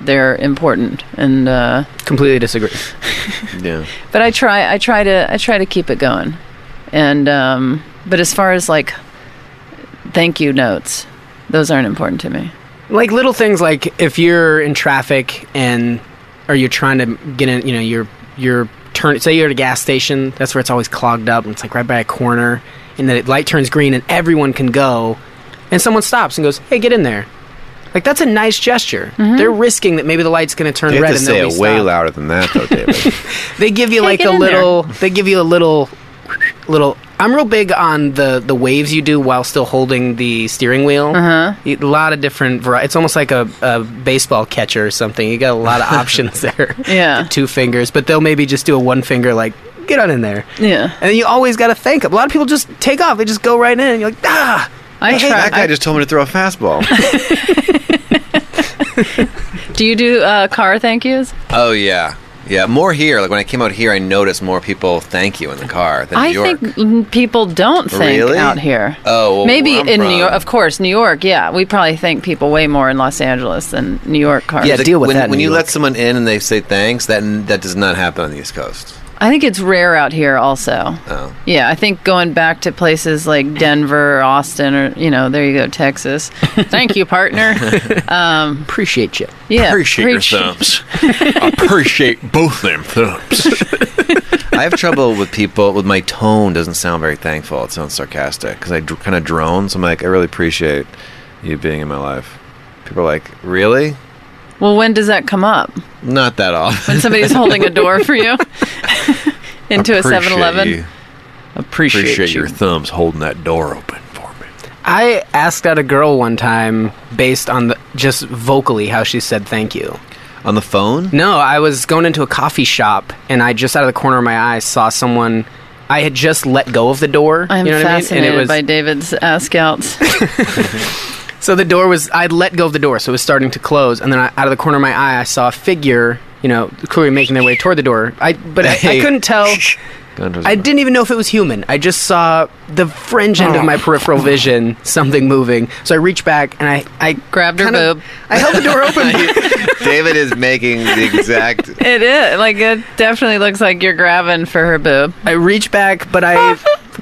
Speaker 5: they're important and. Uh,
Speaker 7: Completely disagree.
Speaker 6: Yeah.
Speaker 5: but I try I try to I try to keep it going. And um but as far as like thank you notes, those aren't important to me.
Speaker 7: Like little things like if you're in traffic and or you're trying to get in, you know, you're you're turn say you're at a gas station, that's where it's always clogged up and it's like right by a corner and the light turns green and everyone can go and someone stops and goes, "Hey, get in there." Like that's a nice gesture. They're risking that maybe the light's going to turn
Speaker 6: You
Speaker 7: red
Speaker 6: have to
Speaker 7: and
Speaker 6: say
Speaker 7: they'll be
Speaker 6: it way
Speaker 7: stopped.
Speaker 6: louder than that, though, David.
Speaker 7: They give you like
Speaker 5: get
Speaker 7: a
Speaker 5: in there.
Speaker 7: little. They give you a little, little. I'm real big on the the waves you do while still holding the steering wheel. Uh-huh. A lot of different. Vari- it's almost like a, a baseball catcher or something. You got a lot of options there.
Speaker 5: Yeah.
Speaker 7: Two fingers, but they'll maybe just do a one finger like get on in there.
Speaker 5: Yeah.
Speaker 7: And then you always got to thank them. A lot of people just take off. They just go right in. And you're like, ah.
Speaker 5: I try
Speaker 6: that guy just told me to throw a fastball.
Speaker 5: Do you do uh car thank yous?
Speaker 6: oh yeah, yeah. More here. Like when I came out here, I noticed more people thank you in the car than
Speaker 5: I
Speaker 6: New York.
Speaker 5: think mm, people don't think
Speaker 6: Really?
Speaker 5: out here.
Speaker 6: Oh, well,
Speaker 5: Maybe
Speaker 6: where
Speaker 5: in
Speaker 6: I'm
Speaker 5: New York,
Speaker 6: from-
Speaker 5: of course, New York. Yeah, we probably thank people way more in Los Angeles than New York cars.
Speaker 7: Yeah,
Speaker 6: The-
Speaker 7: deal with
Speaker 6: when,
Speaker 7: that in
Speaker 6: When
Speaker 7: New
Speaker 6: you
Speaker 7: York.
Speaker 6: let someone in and they say thanks, that that does not happen on the East Coast.
Speaker 5: I think it's rare out here also.
Speaker 6: Oh.
Speaker 5: Yeah, I think going back to places like Denver, or Austin, or, you know, there you go, Texas. Thank you, partner.
Speaker 7: Appreciate you.
Speaker 5: Yeah. preach.
Speaker 6: thumbs. appreciate both them thumbs. I have trouble with people with my tone doesn't sound very thankful. It sounds sarcastic because I dr- kind of drone. So I'm like, I really appreciate you being in my life. People are like, really?
Speaker 5: Well, when does that come up?
Speaker 6: Not that often.
Speaker 5: When somebody's holding a door for you into a
Speaker 6: Appreciate
Speaker 5: 7 Eleven?
Speaker 6: you.
Speaker 7: Appreciate,
Speaker 6: Appreciate
Speaker 7: you.
Speaker 6: your thumbs holding that door open for me.
Speaker 7: I asked out a girl one time based on the, just vocally how she said thank you.
Speaker 6: On the phone?
Speaker 7: No, I was going into a coffee shop and I just out of the corner of my eye saw someone. I had just let go of the door.
Speaker 5: I'm
Speaker 7: you know what I mean?
Speaker 5: fascinated
Speaker 7: and it was,
Speaker 5: by David's ask outs.
Speaker 7: So the door was, I'd let go of the door, so it was starting to close. And then I, out of the corner of my eye, I saw a figure, you know, clearly making their way toward the door. I, but I, I couldn't tell.
Speaker 6: Gunter's
Speaker 7: I didn't even know if it was human. I just saw the fringe end of my peripheral vision, something moving. So I reached back and I, I
Speaker 5: Grabbed her
Speaker 7: kinda-
Speaker 5: boob.
Speaker 7: I held the door open.
Speaker 6: David is making the exact.
Speaker 5: it is. Like, it definitely looks like you're grabbing for her boob.
Speaker 7: I reached back, but I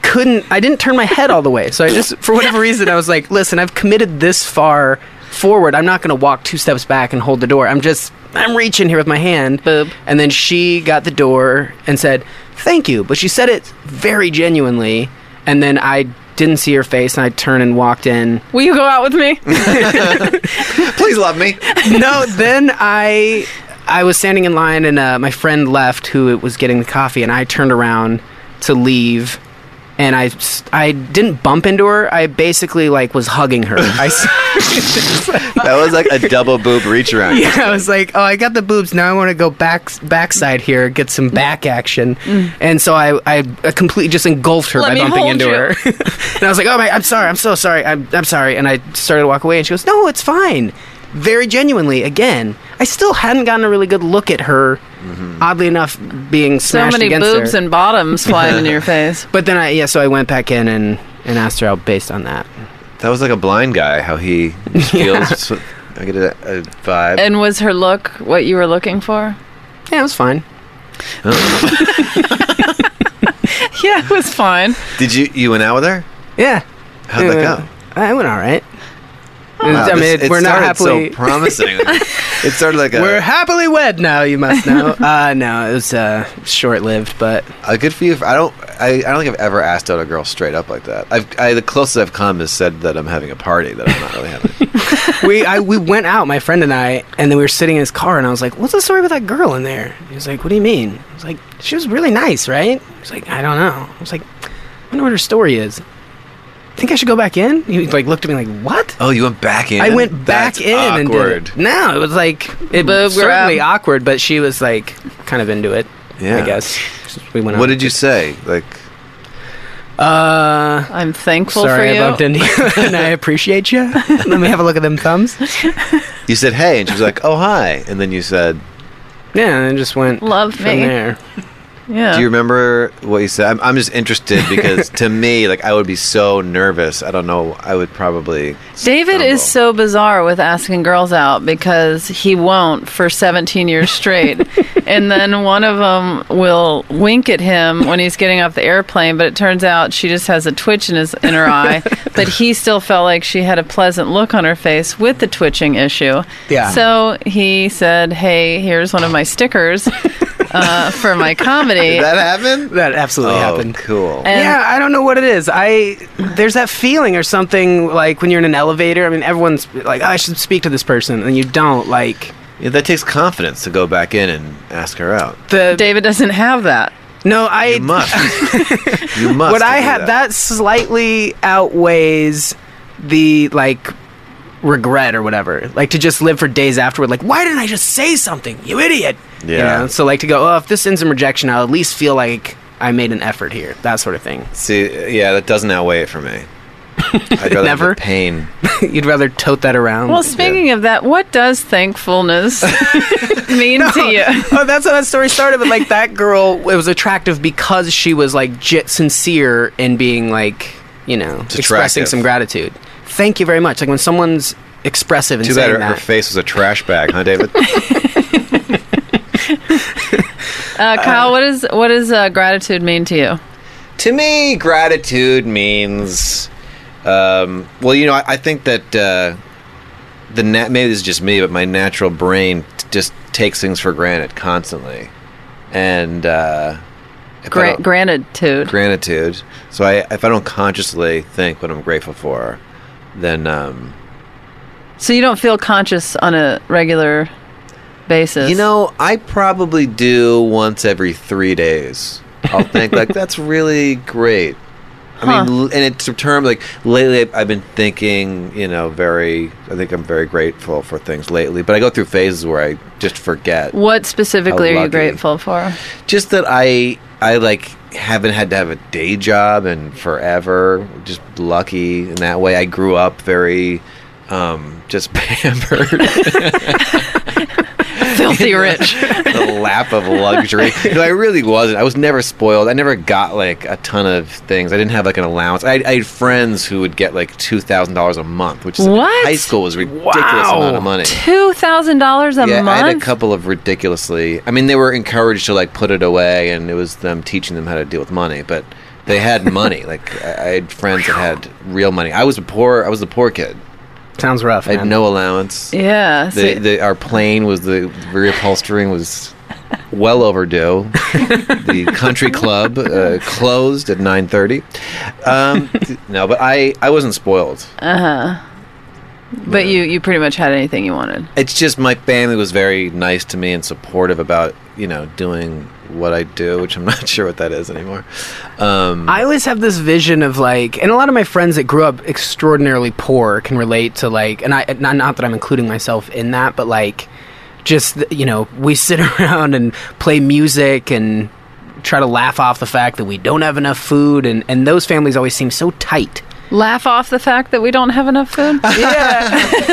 Speaker 7: couldn't. I didn't turn my head all the way. So I just, for whatever reason, I was like, "Listen, I've committed this far forward. I'm not going to walk two steps back and hold the door. I'm just, I'm reaching here with my hand."
Speaker 5: Boob.
Speaker 7: And then she got the door and said, "Thank you," but she said it very genuinely. And then I didn't see her face, and I turned and walked in.
Speaker 5: Will you go out with me?
Speaker 6: Please love me.
Speaker 7: no, then I I was standing in line and uh, my friend left who was getting the coffee and I turned around to leave and I s- I didn't bump into her. I basically like was hugging her. I, s-
Speaker 6: That was like a double boob reach around.
Speaker 7: yeah, I was like, "Oh, I got the boobs. Now I want to go back backside here, get some back action."
Speaker 6: Mm.
Speaker 7: And so I I completely just engulfed her
Speaker 5: Let
Speaker 7: by
Speaker 5: me
Speaker 7: bumping
Speaker 5: hold
Speaker 7: into
Speaker 5: you.
Speaker 7: her. and I was like, "Oh my, I'm sorry. I'm so sorry. I'm I'm sorry." And I started to walk away and she goes, "No, it's fine." Very genuinely again. I still hadn't gotten a really good look at her.
Speaker 6: Mm-hmm.
Speaker 7: Oddly enough, being
Speaker 5: So
Speaker 7: smashed
Speaker 5: many
Speaker 7: against
Speaker 5: boobs
Speaker 7: her.
Speaker 5: and bottoms flying in your face.
Speaker 7: but then I yeah, so I went back in and and asked her out based on that.
Speaker 6: That was like a blind guy, how he just feels. So- I get a, a vibe.
Speaker 5: And was her look what you were looking for?
Speaker 7: Yeah, it was fine.
Speaker 5: Yeah, it was fine.
Speaker 6: Did you you went out with her?
Speaker 7: Yeah.
Speaker 6: How'd that
Speaker 7: Yeah.
Speaker 6: go?
Speaker 7: I went all right.
Speaker 6: Wow,
Speaker 7: I mean,
Speaker 6: this-
Speaker 7: we're not
Speaker 6: started
Speaker 7: happily.
Speaker 6: so promising. it started like a
Speaker 7: we're happily wed now. You must know. uh, no, it was uh, short-lived, but
Speaker 6: Uh, good for you. If I don't. I, I don't think I've ever asked out a girl straight up like that. I've I, the closest I've come is said that I'm having a party that I'm not really having.
Speaker 7: we I, we went out, my friend and I, and then we were sitting in his car, and I was like, "What's the story with that girl in there?" He was like, "What do you mean?" I was like, "She was really nice, right?" He was like, "I don't know." I was like, "I wonder what her story is." Think I should go back in? He like looked at me like, "What?"
Speaker 6: oh, you went back in.
Speaker 7: I went back
Speaker 6: That's
Speaker 7: in and
Speaker 6: awkward.
Speaker 7: did it. No, it was like it
Speaker 5: Boob
Speaker 7: was certainly
Speaker 5: grab.
Speaker 7: awkward, but she was like kind of into it.
Speaker 6: Yeah.
Speaker 7: I guess we went.
Speaker 6: What
Speaker 7: out.
Speaker 6: did you say? Like,
Speaker 7: Uh,
Speaker 5: I'm thankful for
Speaker 7: sorry
Speaker 5: you.
Speaker 7: I bumped into you, and I appreciate you. Let me have a look at them thumbs.
Speaker 6: you said hey, and she was like, oh hi, and then you said,
Speaker 7: Yeah, and I just went
Speaker 5: Love
Speaker 7: from
Speaker 5: me.
Speaker 7: there.
Speaker 5: Yeah.
Speaker 6: do you remember what you said? I'm, I'm just interested because to me, like, I would be so nervous. I don't know. I would probably.
Speaker 5: David is so
Speaker 6: stumble.
Speaker 5: bizarre with asking girls out because he won't for 17 years straight. and then one of them will wink at him when he's getting off the airplane, but it turns out she just has a twitch in his in her eye, but he still felt like she had a pleasant look on her face with the twitching issue.
Speaker 7: Yeah.
Speaker 5: So he said, "Hey, here's one of my stickers uh, for my comedy."
Speaker 6: Did that happen?
Speaker 7: That absolutely
Speaker 6: oh,
Speaker 7: happened.
Speaker 6: cool.
Speaker 5: And-
Speaker 7: yeah, I don't know what it is. I there's that feeling or something like when you're in an elevator. I mean, everyone's like, "Oh, I should speak to this person, and you don't. Like
Speaker 6: Yeah, that takes confidence to go back in and ask her out.
Speaker 7: the
Speaker 5: David doesn't have that.
Speaker 7: no, I
Speaker 6: You must. you must.
Speaker 7: what I
Speaker 6: do
Speaker 7: had that. slightly outweighs the like regret or whatever. Like to just live for days afterward. Like, why didn't I just say something? You idiot. You
Speaker 6: Yeah.
Speaker 7: know? So like to go, oh, if this ends in rejection, I'll at least feel like I made an effort here. That sort of thing.
Speaker 6: See, yeah, that doesn't outweigh it for me. I'd rather
Speaker 7: Never?
Speaker 6: have the pain.
Speaker 7: You'd rather tote that around.
Speaker 5: Well, speaking of that, what does thankfulness mean to you? Uh,
Speaker 7: oh, that's how that story started. But like that girl, it was attractive because she was like j- sincere in being like, you know, expressing
Speaker 6: attractive.
Speaker 7: some gratitude. Thank you very much. Like when someone's expressive and
Speaker 6: Too bad
Speaker 7: saying
Speaker 6: her,
Speaker 7: that.
Speaker 6: her face was a trash bag, huh, David?
Speaker 5: Uh, Kyle, what is what does uh, gratitude mean to you?
Speaker 6: to me, gratitude means. Um, well, you know, I, I think that uh, the nat- maybe this is just me, but my natural brain t- just takes things for granted constantly, and uh, if I
Speaker 5: Gra-
Speaker 6: don't-
Speaker 5: gratitude.
Speaker 6: gratitude. So I, if I don't consciously think what I'm grateful for, then um,
Speaker 5: so you don't feel conscious on a regular basis.
Speaker 6: You know, I probably do once every three days. I'll think like that's really great. I mean, l- and it's a term like lately. I've- I've been thinking, you know, very. I think I'm very grateful for things lately, but I go through phases where I just forget.
Speaker 5: what specifically are
Speaker 6: How
Speaker 5: you
Speaker 6: lucky.
Speaker 5: grateful for?
Speaker 6: Just that I, I like haven't had to have a day job in forever. Just lucky in that way. I grew up very, um, just pampered.
Speaker 5: Filthy rich.
Speaker 6: the lap of luxury. No, I really wasn't. I was never spoiled. I never got like a ton of things. I didn't have like an allowance. I, I had friends who would get like two thousand dollars a month, which is
Speaker 5: What?
Speaker 6: high school was a ridiculous amount of money.
Speaker 5: Two thousand dollars a
Speaker 6: yeah,
Speaker 5: month.
Speaker 6: I had a couple of ridiculously. I mean, they were encouraged to like put it away, and it was them teaching them how to deal with money, but. They had money. Like I I had friends that had real money. I was a poor. I was the poor kid.
Speaker 7: Sounds rough.
Speaker 6: I had
Speaker 7: man.
Speaker 6: no allowance
Speaker 5: yeah. so-
Speaker 6: the, the our plane was the reupholstering was well overdue. the country club uh, closed at nine thirty. Um, th- no, but I I wasn't spoiled.
Speaker 5: but you you pretty much had anything you wanted.
Speaker 6: It's just my family was very nice to me and supportive about you know doing what I do, which I'm not sure what that is anymore. Um,
Speaker 7: I always have this vision of like, and a lot of my friends that grew up extraordinarily poor can relate to like, and I not, not that I'm including myself in that, but like, just you know, we sit around and play music and try to laugh off the fact that we don't have enough food, and and those families always seem so tight.
Speaker 5: Laugh off the fact that we don't have enough food.
Speaker 7: Yeah,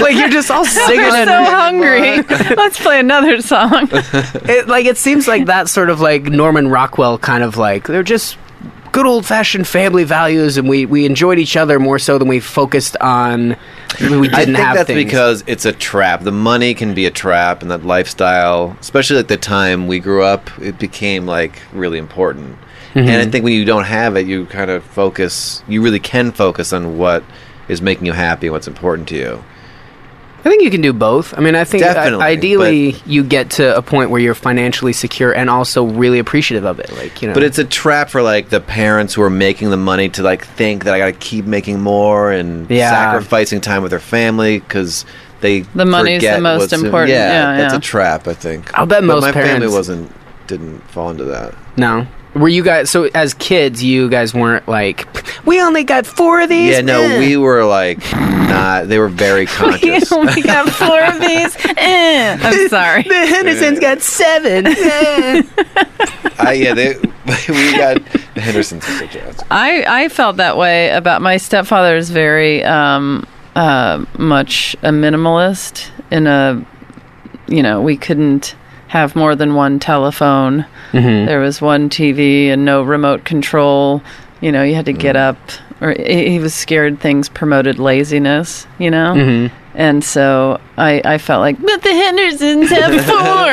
Speaker 7: like you're just all singing.
Speaker 5: We're
Speaker 7: and-
Speaker 5: so hungry. Let's play another song.
Speaker 7: it, like it seems like that sort of like Norman Rockwell kind of like they're just good old fashioned family values, and we, we enjoyed each other more so than we focused on. We didn't
Speaker 6: I think
Speaker 7: have
Speaker 6: that's
Speaker 7: things.
Speaker 6: because it's a trap. The money can be a trap, and that lifestyle, especially at the time we grew up, it became like really important. And
Speaker 7: Mm-hmm.
Speaker 6: I think when you don't have it, you kind of focus. You really can focus on what is making you happy, and what's important to you.
Speaker 7: I think you can do both. I mean, I think
Speaker 6: Definitely,
Speaker 7: I- ideally you get to a point where you're financially secure and also really appreciative of it. Like you know,
Speaker 6: But it's a trap for like the parents who are making the money to like think that I got to keep making more and
Speaker 7: Yeah.
Speaker 6: sacrificing time with their family because they
Speaker 5: The money's the
Speaker 6: forget
Speaker 5: most
Speaker 6: what's in-
Speaker 5: important.
Speaker 6: Yeah,
Speaker 5: Yeah,
Speaker 6: that's
Speaker 5: yeah.
Speaker 6: a trap. I think.
Speaker 7: I'll bet
Speaker 6: But
Speaker 7: most
Speaker 6: my family
Speaker 7: parents-
Speaker 6: wasn't didn't fall into that.
Speaker 7: no. Were you guys so as kids? You guys weren't like we only got four of these.
Speaker 6: Yeah, no,
Speaker 7: eh."
Speaker 6: we were like not. They were very
Speaker 5: we
Speaker 6: conscious.
Speaker 5: only got four of these. Eh, I'm sorry.
Speaker 7: The Henderson's got seven. Eh.
Speaker 6: I, yeah, they, we got the Henderson's sister jazz.
Speaker 5: I, I felt that way about my stepfather is very um, uh, much a minimalist in a you know we couldn't have more than one telephone there was one tv and no remote control you know you had to get up or he he was scared things promoted laziness you know and so I, I felt like but the hendersons have four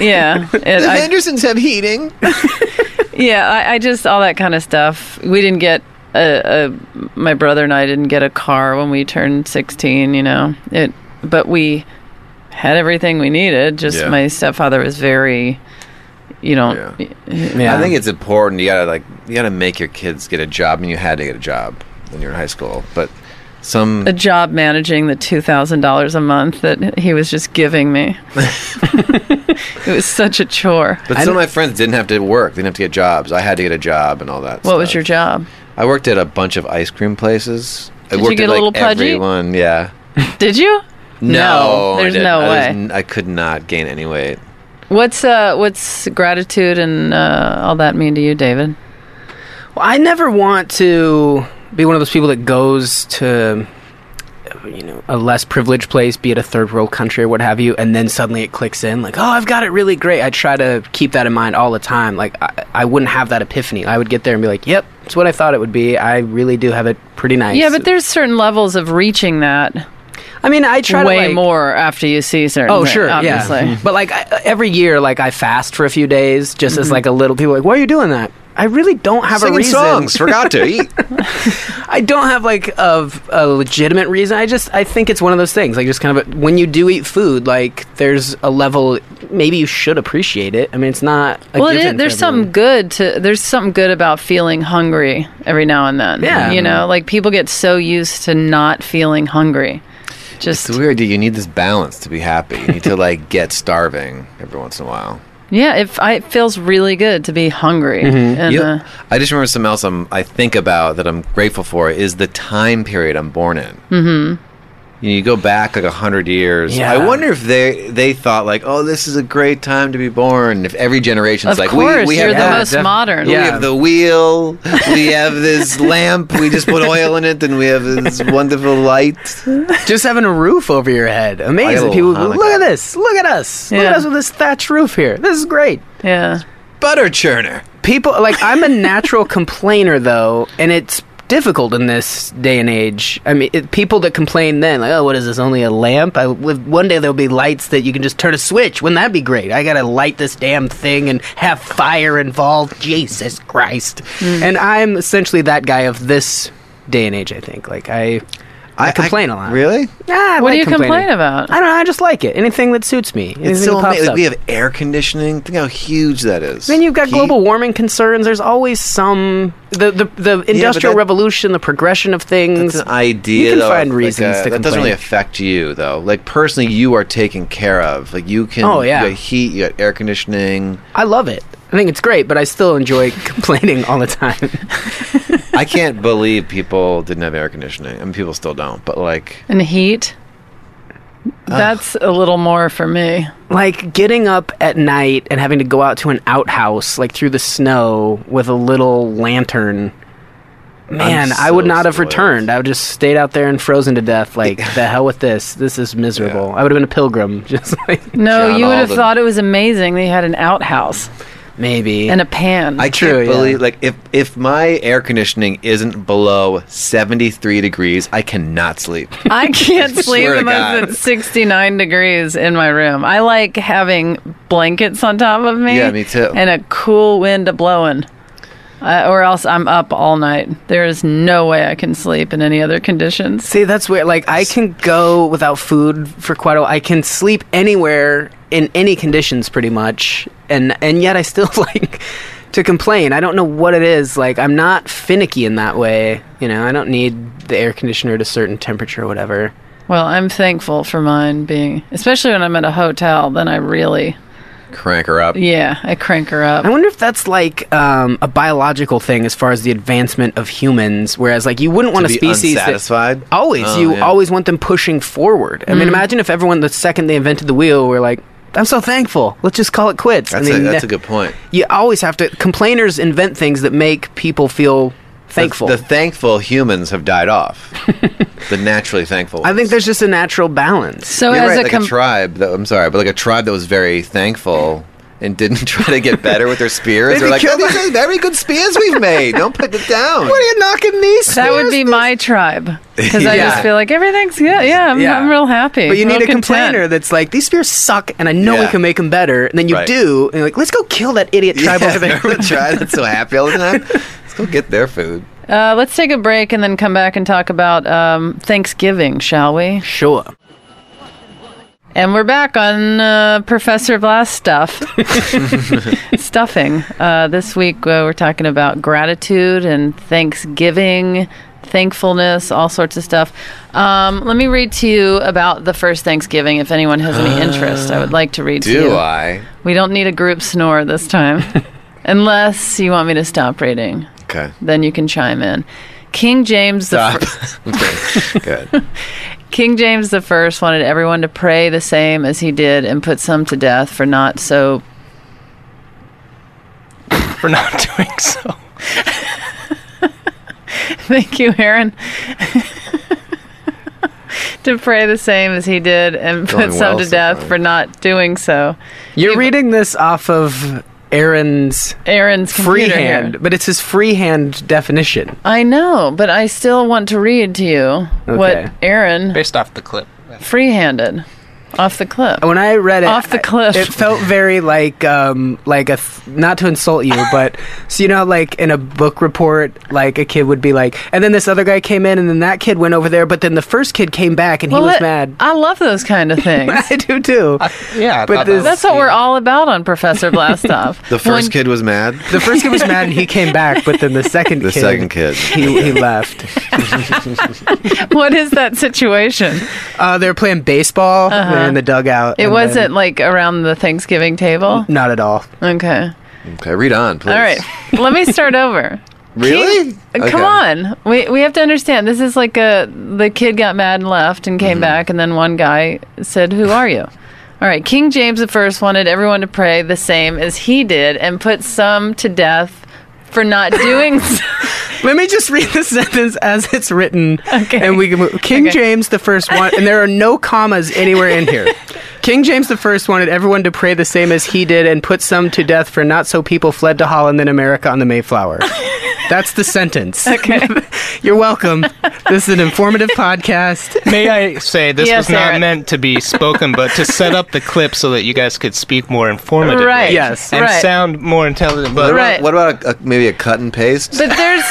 Speaker 5: yeah it, I,
Speaker 6: Hendersons have heating.
Speaker 5: yeah, I, I just all that kind of stuff. We didn't get a, a my brother and I didn't get a car when we turned sixteen. You know it, but we had everything we needed. Just
Speaker 6: Yeah.
Speaker 5: my stepfather was very, you don't.
Speaker 6: Yeah.
Speaker 7: Yeah.
Speaker 6: I think it's important. You gotta like you gotta make your kids get a job, and you had to get a job when you were in high school. But some
Speaker 5: A job managing the two thousand dollars a month that he was just giving me. it was such a chore.
Speaker 6: but some of my friends didn't have to work. They didn't have to get jobs. I had to get a job and all that.
Speaker 5: What was your job?
Speaker 6: I worked at a bunch of ice cream places. I
Speaker 5: Did you
Speaker 6: worked
Speaker 5: get
Speaker 6: at
Speaker 5: a
Speaker 6: like
Speaker 5: little pudgy?
Speaker 6: everyone. Yeah.
Speaker 5: Did you?
Speaker 6: No, I
Speaker 5: there's
Speaker 6: didn't.
Speaker 5: no
Speaker 6: I was
Speaker 5: way.
Speaker 6: n- I could not gain any weight.
Speaker 5: What's uh, what's gratitude and uh, all that mean to you, David?
Speaker 7: Well, I never want to be one of those people that goes to you know a less privileged place, be it a third world country or what have you, and then suddenly it clicks in like, oh, I've got it really great. I try to keep that in mind all the time. Like I, I wouldn't have that epiphany. I would get there and be like, yep, it's what I thought it would be. I really do have it pretty nice.
Speaker 5: Yeah, but there's certain levels of reaching that
Speaker 7: I mean, I try
Speaker 5: way
Speaker 7: to like,
Speaker 5: more after you see certain.
Speaker 7: Oh
Speaker 5: things,
Speaker 7: sure,
Speaker 5: obviously.
Speaker 7: yeah. But like I, every year, like I fast for a few days, just
Speaker 5: Mm-hmm.
Speaker 7: as like a little. People are like, why are you doing that? I really don't have a
Speaker 6: Singing
Speaker 7: reason.
Speaker 6: songs, forgot to eat.
Speaker 7: I don't have like a, a legitimate reason. I just I think it's one of those things. Like just kind of a, when you do eat food, like there's a level. Maybe you should appreciate it. I mean, it's not. A
Speaker 5: Well, it
Speaker 7: given
Speaker 5: is,
Speaker 7: for
Speaker 5: there's
Speaker 7: everyone.
Speaker 5: something good to there's something good about feeling hungry every now and then.
Speaker 7: Yeah. Mm-hmm.
Speaker 5: you know, like people get so used to not feeling hungry. Just
Speaker 6: It's weird, dude. You need this balance to be happy. You need to like get starving every once in a while.
Speaker 5: yeah, if I, it feels really good to be hungry.
Speaker 7: Mm-hmm.
Speaker 5: And,
Speaker 6: Yeah.
Speaker 5: uh,
Speaker 7: Uh-huh.
Speaker 6: I just remember something else I'm, I think about that I'm grateful for is the time period I'm born in. Mm-hmm. You go back like a hundred years.
Speaker 7: Yeah.
Speaker 6: I wonder if they they thought like, oh, this is a great time to be born. If every generation's
Speaker 5: of
Speaker 6: like,
Speaker 5: course,
Speaker 6: we, we
Speaker 5: you're
Speaker 6: have
Speaker 5: the
Speaker 6: that.
Speaker 5: most modern.
Speaker 6: We have the wheel. We have this lamp. We just put oil in it, and we have this wonderful light.
Speaker 7: Just having a roof over your head, amazing.
Speaker 6: little
Speaker 7: People,
Speaker 6: Hanukkah.
Speaker 7: look at this. Look at us. Look at
Speaker 5: Yeah.
Speaker 7: us with this thatch roof here. This is great.
Speaker 5: yeah.
Speaker 6: Butter churner.
Speaker 7: People like I'm a natural complainer though, and it's difficult in this day and age. I mean, it, people that complain then like, "Oh, what is this? Only a lamp?" I with- one day there'll be lights that you can just turn a switch. Wouldn't that be great? I gotta light this damn thing and have fire involved. Jesus Christ! And I'm essentially that guy of this day and age. I think like I, I, complain a lot.
Speaker 6: Really?
Speaker 7: Ah, I
Speaker 5: What
Speaker 7: like
Speaker 5: do you
Speaker 7: complaining.
Speaker 5: complain about?
Speaker 7: I don't know. I just like it. Anything that suits me.
Speaker 6: It's
Speaker 7: anything
Speaker 6: so
Speaker 7: that pops
Speaker 6: amazing.
Speaker 7: up.
Speaker 6: we have air conditioning. Think how huge that is.
Speaker 7: Then you've got
Speaker 6: Heat.
Speaker 7: global warming concerns. There's always some the the, the industrial
Speaker 6: that-
Speaker 7: revolution, the progression of things.
Speaker 6: That's an idea.
Speaker 7: You can
Speaker 6: though,
Speaker 7: find
Speaker 6: like,
Speaker 7: reasons
Speaker 6: uh,
Speaker 7: to
Speaker 6: that doesn't really
Speaker 7: complain.
Speaker 6: affect you though. Like personally, you are taken care of. Like you can.
Speaker 7: Oh, yeah.
Speaker 6: You got heat. You got air conditioning.
Speaker 7: I love it. I think it's great, but I still enjoy complaining all the time.
Speaker 6: I can't believe people didn't have air conditioning. I mean, people still don't. But like,
Speaker 5: And heat. That's a little more for me.
Speaker 7: like getting up at night and having to go out to an outhouse, like through the snow with a little lantern. Man, I would
Speaker 6: so
Speaker 7: not have
Speaker 6: spoiled.
Speaker 7: returned. I would just stayed out there and frozen to death. Like the hell with this. This is miserable. I would have been a pilgrim, just like
Speaker 5: No,
Speaker 6: John
Speaker 5: you would have
Speaker 6: Alden.
Speaker 5: thought it was amazing that you had an outhouse.
Speaker 7: maybe.
Speaker 5: and a pan.
Speaker 6: I
Speaker 7: True,
Speaker 6: can't
Speaker 7: yeah.
Speaker 6: believe like if if my air conditioning isn't below 73 degrees, I cannot sleep.
Speaker 5: I can't
Speaker 6: I
Speaker 5: sleep
Speaker 6: swear to
Speaker 5: unless
Speaker 6: God.
Speaker 5: it's 69 degrees in my room. I like having blankets on top of me.
Speaker 6: Yeah, me too.
Speaker 5: And a cool wind a blowing. Uh, or else I'm up all night. There is no way I can sleep in any other conditions.
Speaker 7: See, that's weird. Like, I can go without food for quite a while. I can sleep anywhere in any conditions, pretty much, and and yet I still like to complain. I don't know what it is. Like, I'm not finicky in that way. You know, I don't need the air conditioner at a certain temperature or whatever.
Speaker 5: Well, I'm thankful for mine being, especially when I'm at a hotel, then I really,
Speaker 6: Crank her up.
Speaker 5: yeah, I crank her
Speaker 7: I
Speaker 5: up.
Speaker 7: wonder if that's like um, a biological thing as far as the advancement of humans. Whereas, like, you wouldn't want
Speaker 6: be
Speaker 7: a species that
Speaker 6: unsatisfied.
Speaker 7: always
Speaker 6: Oh,
Speaker 7: you
Speaker 6: yeah. Mm-hmm.
Speaker 7: always want them pushing forward. I mean, imagine if everyone the second they invented the wheel were like. I'm so thankful. Let's just call it quits.
Speaker 6: That's,
Speaker 7: and
Speaker 6: a,
Speaker 7: they
Speaker 6: that's a
Speaker 7: ne-
Speaker 6: good point.
Speaker 7: you always have to complainers invent things that make people feel thankful
Speaker 6: The, the thankful humans have died off. the naturally thankful.
Speaker 7: i
Speaker 6: ones.
Speaker 7: think there's just a natural balance
Speaker 5: So
Speaker 6: You're
Speaker 5: as
Speaker 6: right,
Speaker 5: a,
Speaker 6: like
Speaker 5: com-
Speaker 6: a tribe. That, I'm sorry, but like a tribe that was very thankful and didn't try to get better with their spears. They're
Speaker 7: Maybe
Speaker 6: like,
Speaker 7: kill
Speaker 6: oh, these are very good spears we've made. Don't put it down.
Speaker 7: what are you knocking these
Speaker 5: that would be my tribe because I
Speaker 6: Yeah.
Speaker 5: just feel like everything's good. Yeah, I'm,
Speaker 7: Yeah.
Speaker 5: I'm real happy.
Speaker 7: but you
Speaker 5: real
Speaker 7: need a
Speaker 5: content.
Speaker 7: complainer that's like these spears suck and i know we
Speaker 6: Yeah.
Speaker 7: can make them better and then you
Speaker 6: Right.
Speaker 7: do and you're like let's go kill that idiot tribe
Speaker 6: yeah,
Speaker 7: over there
Speaker 6: remember the tribe that's so happy all the time. Let's go get their food.
Speaker 5: Uh, let's take a break and then come back and talk about um, Thanksgiving, shall we?
Speaker 7: sure
Speaker 5: And we're back on uh, Professor Blast stuff. Stuffing. Uh, this week uh, we're talking about gratitude and Thanksgiving, thankfulness, all sorts of stuff. Um, let me read to you about the first Thanksgiving if anyone has any interest. I would like to read to
Speaker 6: Do
Speaker 5: you.
Speaker 6: I?
Speaker 5: We don't need a group snore this time, unless you want me to stop reading.
Speaker 6: Okay.
Speaker 5: Then you can chime in. King James the
Speaker 6: Stop.
Speaker 5: Fir-
Speaker 6: okay. Good.
Speaker 5: King James I wanted everyone to pray the same as he did and put some to death for not so.
Speaker 8: for not doing so.
Speaker 5: Thank you, Aaron. to pray the same as he did and put
Speaker 6: Going
Speaker 5: some
Speaker 6: well
Speaker 5: to
Speaker 6: so
Speaker 5: death
Speaker 6: far.
Speaker 5: for not doing so.
Speaker 7: you're reading this off of aaron's
Speaker 5: Aaron's computer here.
Speaker 7: freehand but it's his freehand definition
Speaker 5: I know, but I still want to read to you
Speaker 7: Okay.
Speaker 5: what Aaron
Speaker 8: Based off the clip.
Speaker 5: freehanded off the clip.
Speaker 7: when I read it
Speaker 5: Off the
Speaker 7: I-
Speaker 5: cliff.
Speaker 7: it felt very like um like a th- not to insult you, but so you know how, like in a book report, like a kid would be like, and then this other guy came in, and then that kid went over there, but then the first kid came back and he was
Speaker 5: it-
Speaker 7: mad.
Speaker 5: I love those kind of things.
Speaker 7: I do too.
Speaker 8: Yeah, I
Speaker 7: But
Speaker 8: thought
Speaker 7: this-
Speaker 8: that
Speaker 5: That's what we're all about on Professor Blastoff.
Speaker 6: The first kid was mad.
Speaker 7: The first kid was mad and he came back, but then the second
Speaker 6: The
Speaker 7: kid,
Speaker 6: second kid.
Speaker 7: he he left.
Speaker 5: what is that situation?
Speaker 7: Uh, they were playing baseball. They're in the dugout.
Speaker 5: Uh-huh. It
Speaker 7: and
Speaker 5: wasn't
Speaker 7: then- Mm-hmm.
Speaker 5: like around the Thanksgiving table.
Speaker 7: not at all.
Speaker 5: Okay.
Speaker 6: Okay, read on, please.
Speaker 5: All right. Let me start over.
Speaker 6: Really? Okay.
Speaker 5: Come on. We we have to understand. This is like a the kid got mad and left and
Speaker 7: Mm-hmm.
Speaker 5: came back and then one guy said, "Who are you?" All right. King James I wanted everyone to pray the same as he did and put some to death for not doing so.
Speaker 7: Let me just read the sentence as it's written,
Speaker 5: Okay.
Speaker 7: and we can move. King
Speaker 5: Okay.
Speaker 7: James the first one, and there are no commas anywhere in here. King James the first wanted everyone to pray the same as he did, and put some to death for not so people fled to Holland and America on the Mayflower. That's the sentence.
Speaker 5: Okay.
Speaker 7: You're welcome. This is an informative podcast.
Speaker 8: May I say this
Speaker 5: Yes,
Speaker 8: was not
Speaker 5: Aaron.
Speaker 8: meant to be spoken, but to set up the clip so that you guys could speak more informatively
Speaker 5: Right.
Speaker 7: Yes.
Speaker 8: and
Speaker 5: right.
Speaker 8: sound more intelligent.
Speaker 6: What
Speaker 8: But
Speaker 6: about,
Speaker 5: Right.
Speaker 6: what about a, a, maybe a cut and paste?
Speaker 5: But there's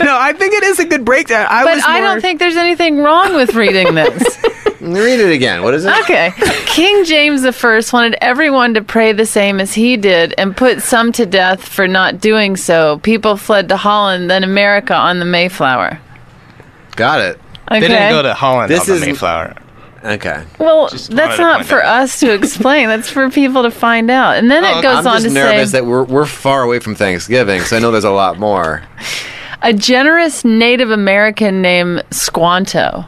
Speaker 7: no, I think it is a good breakdown. I
Speaker 5: but
Speaker 7: was
Speaker 5: I
Speaker 7: more-
Speaker 5: don't think there's anything wrong with reading this.
Speaker 6: Read it again. What is it?
Speaker 5: Okay. King James I wanted everyone to pray the same as he did and put some to death for not doing so. People fled to Holland, then America on the Mayflower.
Speaker 6: Got it.
Speaker 5: Okay.
Speaker 8: they didn't go to Holland
Speaker 6: This
Speaker 8: on the
Speaker 6: is-
Speaker 8: Mayflower.
Speaker 6: Okay.
Speaker 5: well,
Speaker 8: wanted
Speaker 5: that's
Speaker 8: to
Speaker 5: not
Speaker 8: point
Speaker 5: for
Speaker 8: that out.
Speaker 5: us to explain. That's for people to find out. And
Speaker 8: Oh,
Speaker 5: then it goes
Speaker 6: I'm
Speaker 5: on to
Speaker 6: just nervous
Speaker 5: say
Speaker 6: that we're, we're far away from Thanksgiving, so I know there's a lot more.
Speaker 5: a generous Native American named Squanto.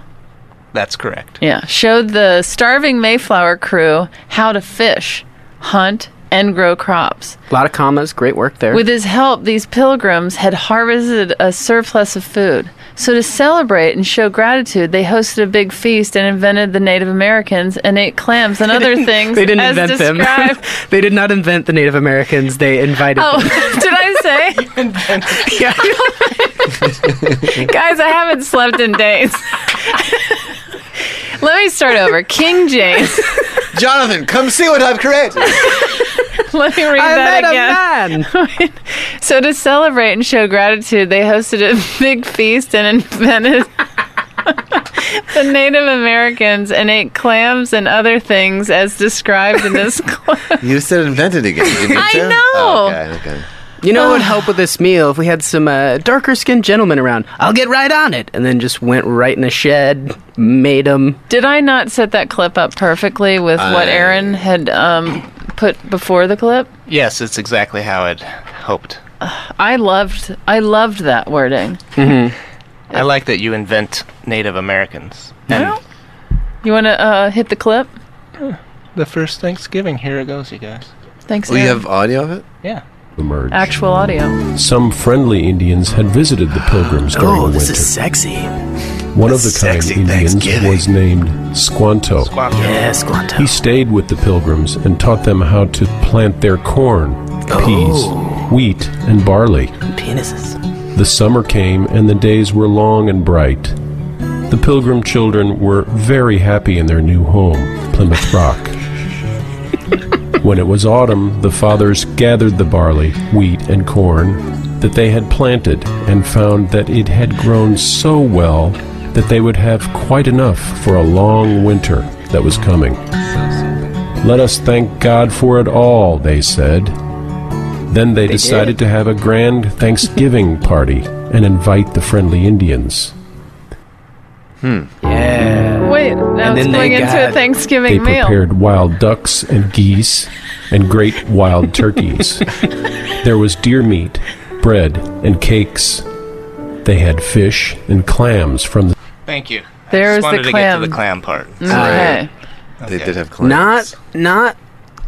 Speaker 8: That's correct.
Speaker 5: Yeah, showed the starving Mayflower crew how to fish, hunt, and grow crops.
Speaker 7: a lot of commas. Great work there.
Speaker 5: With his help, these pilgrims had harvested a surplus of food. So to celebrate and show gratitude, they hosted a big feast and invented the Native Americans and ate clams and other things.
Speaker 7: They didn't
Speaker 5: as
Speaker 7: invent them.
Speaker 5: described.
Speaker 7: they did not invent the Native Americans. They invited
Speaker 5: Oh,
Speaker 7: them.
Speaker 5: did I say,
Speaker 7: Yeah.
Speaker 5: guys? I haven't slept in days. Let me start over. King James.
Speaker 6: Jonathan, come see what I've created.
Speaker 5: Let me read
Speaker 7: I
Speaker 5: that
Speaker 7: met
Speaker 5: again.
Speaker 7: a man.
Speaker 5: So to celebrate and show gratitude, they hosted a big feast and invented the Native Americans and ate clams and other things as described in this clip.
Speaker 6: You said invented again. didn't you,
Speaker 5: I
Speaker 6: Tim?
Speaker 5: know.
Speaker 6: Oh, okay, okay.
Speaker 7: You know what would help with this meal if we had some uh, darker skinned gentlemen around? I'll get right on it. And then just went right in a shed, made them.
Speaker 5: Did I not set that clip up perfectly with what
Speaker 6: I-
Speaker 5: Aaron had um, put before the clip?
Speaker 8: Yes, it's exactly how I'd hoped.
Speaker 5: I loved, I loved that wording.
Speaker 8: I like that you invent Native Americans. And
Speaker 5: You want to uh, hit the clip?
Speaker 8: the first Thanksgiving, here it goes, you guys.
Speaker 5: Thanks.
Speaker 6: We
Speaker 5: Aaron.
Speaker 6: Oh, have audio of it.
Speaker 8: Yeah.
Speaker 9: the merge.
Speaker 5: actual audio.
Speaker 9: Some friendly Indians had visited the pilgrims during the winter.
Speaker 7: sexy.
Speaker 9: One of the kind Indians was named Squanto.
Speaker 7: Yes,
Speaker 9: He
Speaker 7: Guanto.
Speaker 9: stayed with the pilgrims and taught them how to plant their corn, peas, wheat, and barley.
Speaker 7: Penises.
Speaker 9: The summer came and the days were long and bright. The pilgrim children were very happy in their new home, Plymouth Rock. when it was autumn, the fathers gathered the barley, wheat, and corn that they had planted and found that it had grown so well that they would have quite enough for a long winter that was coming. Let us thank God for it all, they said. Then they, decided to have a grand Thanksgiving party and invite the friendly Indians.
Speaker 7: Yeah.
Speaker 5: Wait, now
Speaker 7: And
Speaker 5: it's
Speaker 7: then they
Speaker 5: going into a
Speaker 7: got-
Speaker 9: They
Speaker 5: Thanksgiving meal.
Speaker 9: prepared wild ducks and geese and great wild turkeys. there was deer meat, bread, and cakes. They had fish and clams from the
Speaker 8: Thank you.
Speaker 5: There
Speaker 8: I
Speaker 5: is
Speaker 8: just
Speaker 5: the
Speaker 8: wanted to get to
Speaker 5: clam.
Speaker 8: the clam part.
Speaker 5: Okay.
Speaker 6: They did have clams.
Speaker 7: Not, not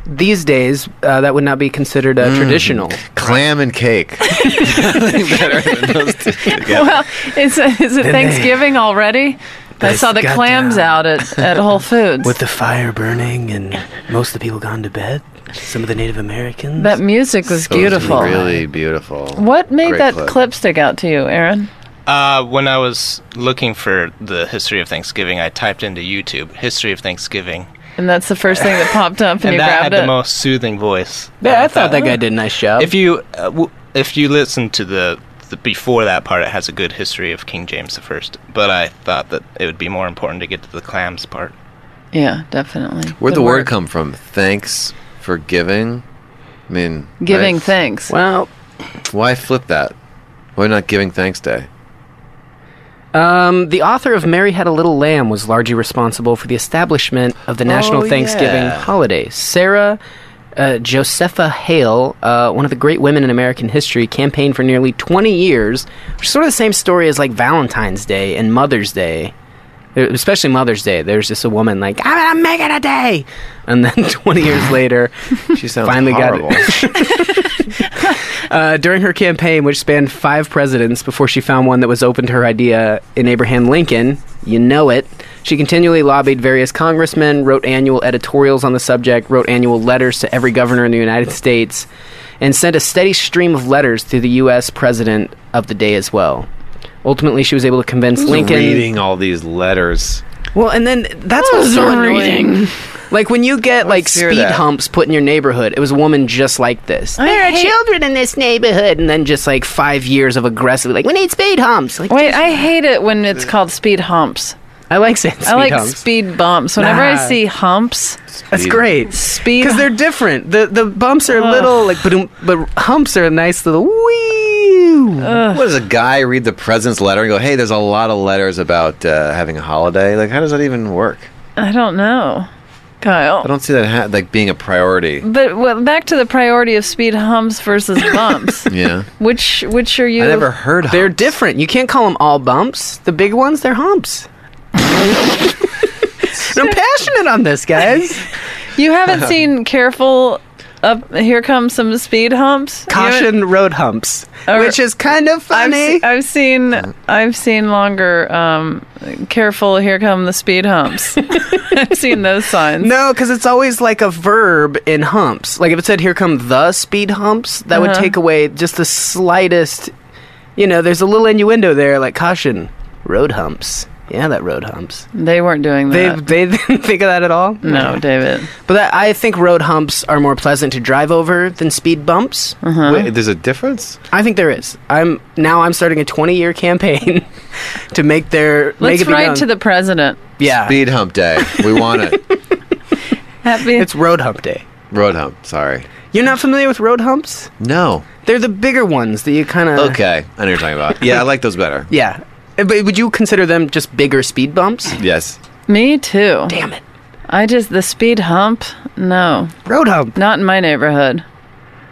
Speaker 7: these days. Uh, that would not be considered uh, traditional.
Speaker 6: clam and cake. Better than those two together.
Speaker 5: Well, is, is it Thanksgiving already? I
Speaker 7: They
Speaker 5: saw the
Speaker 7: got
Speaker 5: clams out
Speaker 7: down.
Speaker 5: at, at Whole Foods.
Speaker 7: With the fire burning and most of the people gone to bed, some of the Native Americans.
Speaker 5: that music was
Speaker 6: Those are
Speaker 5: beautiful.
Speaker 6: Really beautiful.
Speaker 5: What made
Speaker 6: Great
Speaker 5: that
Speaker 6: clip.
Speaker 5: clip. stick out to you, Aaron?
Speaker 8: Uh, when I was looking for the history of Thanksgiving, I typed into YouTube "history of Thanksgiving,"
Speaker 5: And that's the first thing that popped up, and,
Speaker 8: and
Speaker 5: you
Speaker 8: that had
Speaker 5: grabbed it.
Speaker 8: the most soothing voice.
Speaker 7: yeah, I thought that guy did a nice job.
Speaker 8: If you uh, w- if you listen to the, the before that part, it has a good history of King James the First. But I thought that it would be more important to get to the clams part.
Speaker 5: yeah, definitely.
Speaker 6: Where'd
Speaker 5: Good
Speaker 6: the word
Speaker 5: work.
Speaker 6: come from? Thanks for giving. I mean,
Speaker 5: Giving
Speaker 6: right?
Speaker 5: thanks.
Speaker 7: well,
Speaker 6: Why flip that? Why not giving thanks day?
Speaker 7: um, the author of Mary Had a Little Lamb was largely responsible for the establishment of the national
Speaker 6: Oh,
Speaker 7: Thanksgiving
Speaker 6: yeah.
Speaker 7: holiday. Sarah uh, Josepha Hale, uh, one of the great women in American history, campaigned for nearly 20 years, which is sort of the same story as like Valentine's Day and Mother's Day. There- Especially Mother's Day, there's just a woman like, I'm gonna make it a day! And then 20 years later,
Speaker 6: She sounds
Speaker 7: Finally got it.
Speaker 6: horrible. got
Speaker 7: Uh, during her campaign, which spanned five presidents before she found one that was open to her idea in Abraham Lincoln, you know it, she continually lobbied various congressmen, wrote annual editorials on the subject, wrote annual letters to every governor in the United States, and sent a steady stream of letters to the U.S. president of the day as well. Ultimately, she was able to convince Lincoln.
Speaker 6: Reading all these letters.
Speaker 7: Well, and then that's what's so annoying. Like when you get like
Speaker 6: hear
Speaker 7: speed
Speaker 6: that.
Speaker 7: humps put in your neighborhood, it was a woman just like this.
Speaker 5: I
Speaker 7: there are
Speaker 5: hate-
Speaker 7: children in this neighborhood, and then just like five years of aggressively, like we need speed humps. Like
Speaker 5: Wait, I hate it when it's called speed humps.
Speaker 7: I like saying speed
Speaker 5: I like
Speaker 7: humps.
Speaker 5: speed bumps. Whenever I
Speaker 7: Nah.
Speaker 5: see humps,
Speaker 7: That's great
Speaker 5: speed
Speaker 7: because they're different. The the bumps are little like, but but humps are a nice little wee.
Speaker 6: What does a guy read the president's letter and go, "Hey, there's a lot of letters about uh, having a holiday." Like, how does that even work?
Speaker 5: I don't know, Kyle.
Speaker 6: I don't see that ha- like being a priority.
Speaker 5: But well, back to the priority of speed humps versus bumps.
Speaker 6: Yeah,
Speaker 5: Which which are you?
Speaker 6: I never heard.
Speaker 7: They're
Speaker 6: humps.
Speaker 7: different. You can't call them all bumps. The big ones, they're humps. And I'm passionate on this, guys.
Speaker 5: You haven't seen Careful up here come some speed humps. You haven't-
Speaker 7: Caution road humps,
Speaker 5: Or-
Speaker 7: which is kind of
Speaker 5: I've,
Speaker 7: funny.
Speaker 5: se- I've seen I've seen longer. Um, careful, here come the speed humps. I've seen those signs.
Speaker 7: No, because it's always like a verb in humps. Like if it said "Here come the speed humps," that would
Speaker 5: Uh-huh.
Speaker 7: take away just the slightest. You know, there's a little innuendo there, like caution, road humps. Yeah, that road humps.
Speaker 5: they weren't doing
Speaker 7: They
Speaker 5: that.
Speaker 7: they didn't think of that at all.
Speaker 5: no, David.
Speaker 7: but that, I think road humps are more pleasant to drive over than speed bumps.
Speaker 5: Mm.
Speaker 6: Wait, there's a difference?
Speaker 7: I think there is. I'm now I'm starting a 20 year campaign to make their make
Speaker 5: Let's
Speaker 7: it be known.
Speaker 5: write to the president.
Speaker 7: yeah.
Speaker 6: Speed hump day. We want it.
Speaker 5: Happy.
Speaker 7: It's road hump day.
Speaker 6: Road hump. Sorry.
Speaker 7: You're not familiar with road humps?
Speaker 6: No.
Speaker 7: They're the bigger ones that you kind of
Speaker 6: Okay. I know what you're talking about. Yeah, I like those better.
Speaker 7: Yeah. Uh, But would you consider them just bigger speed bumps?
Speaker 6: Yes.
Speaker 5: Me too.
Speaker 7: Damn it.
Speaker 5: I just the speed hump. No,
Speaker 7: Road hump.
Speaker 5: not in my neighborhood.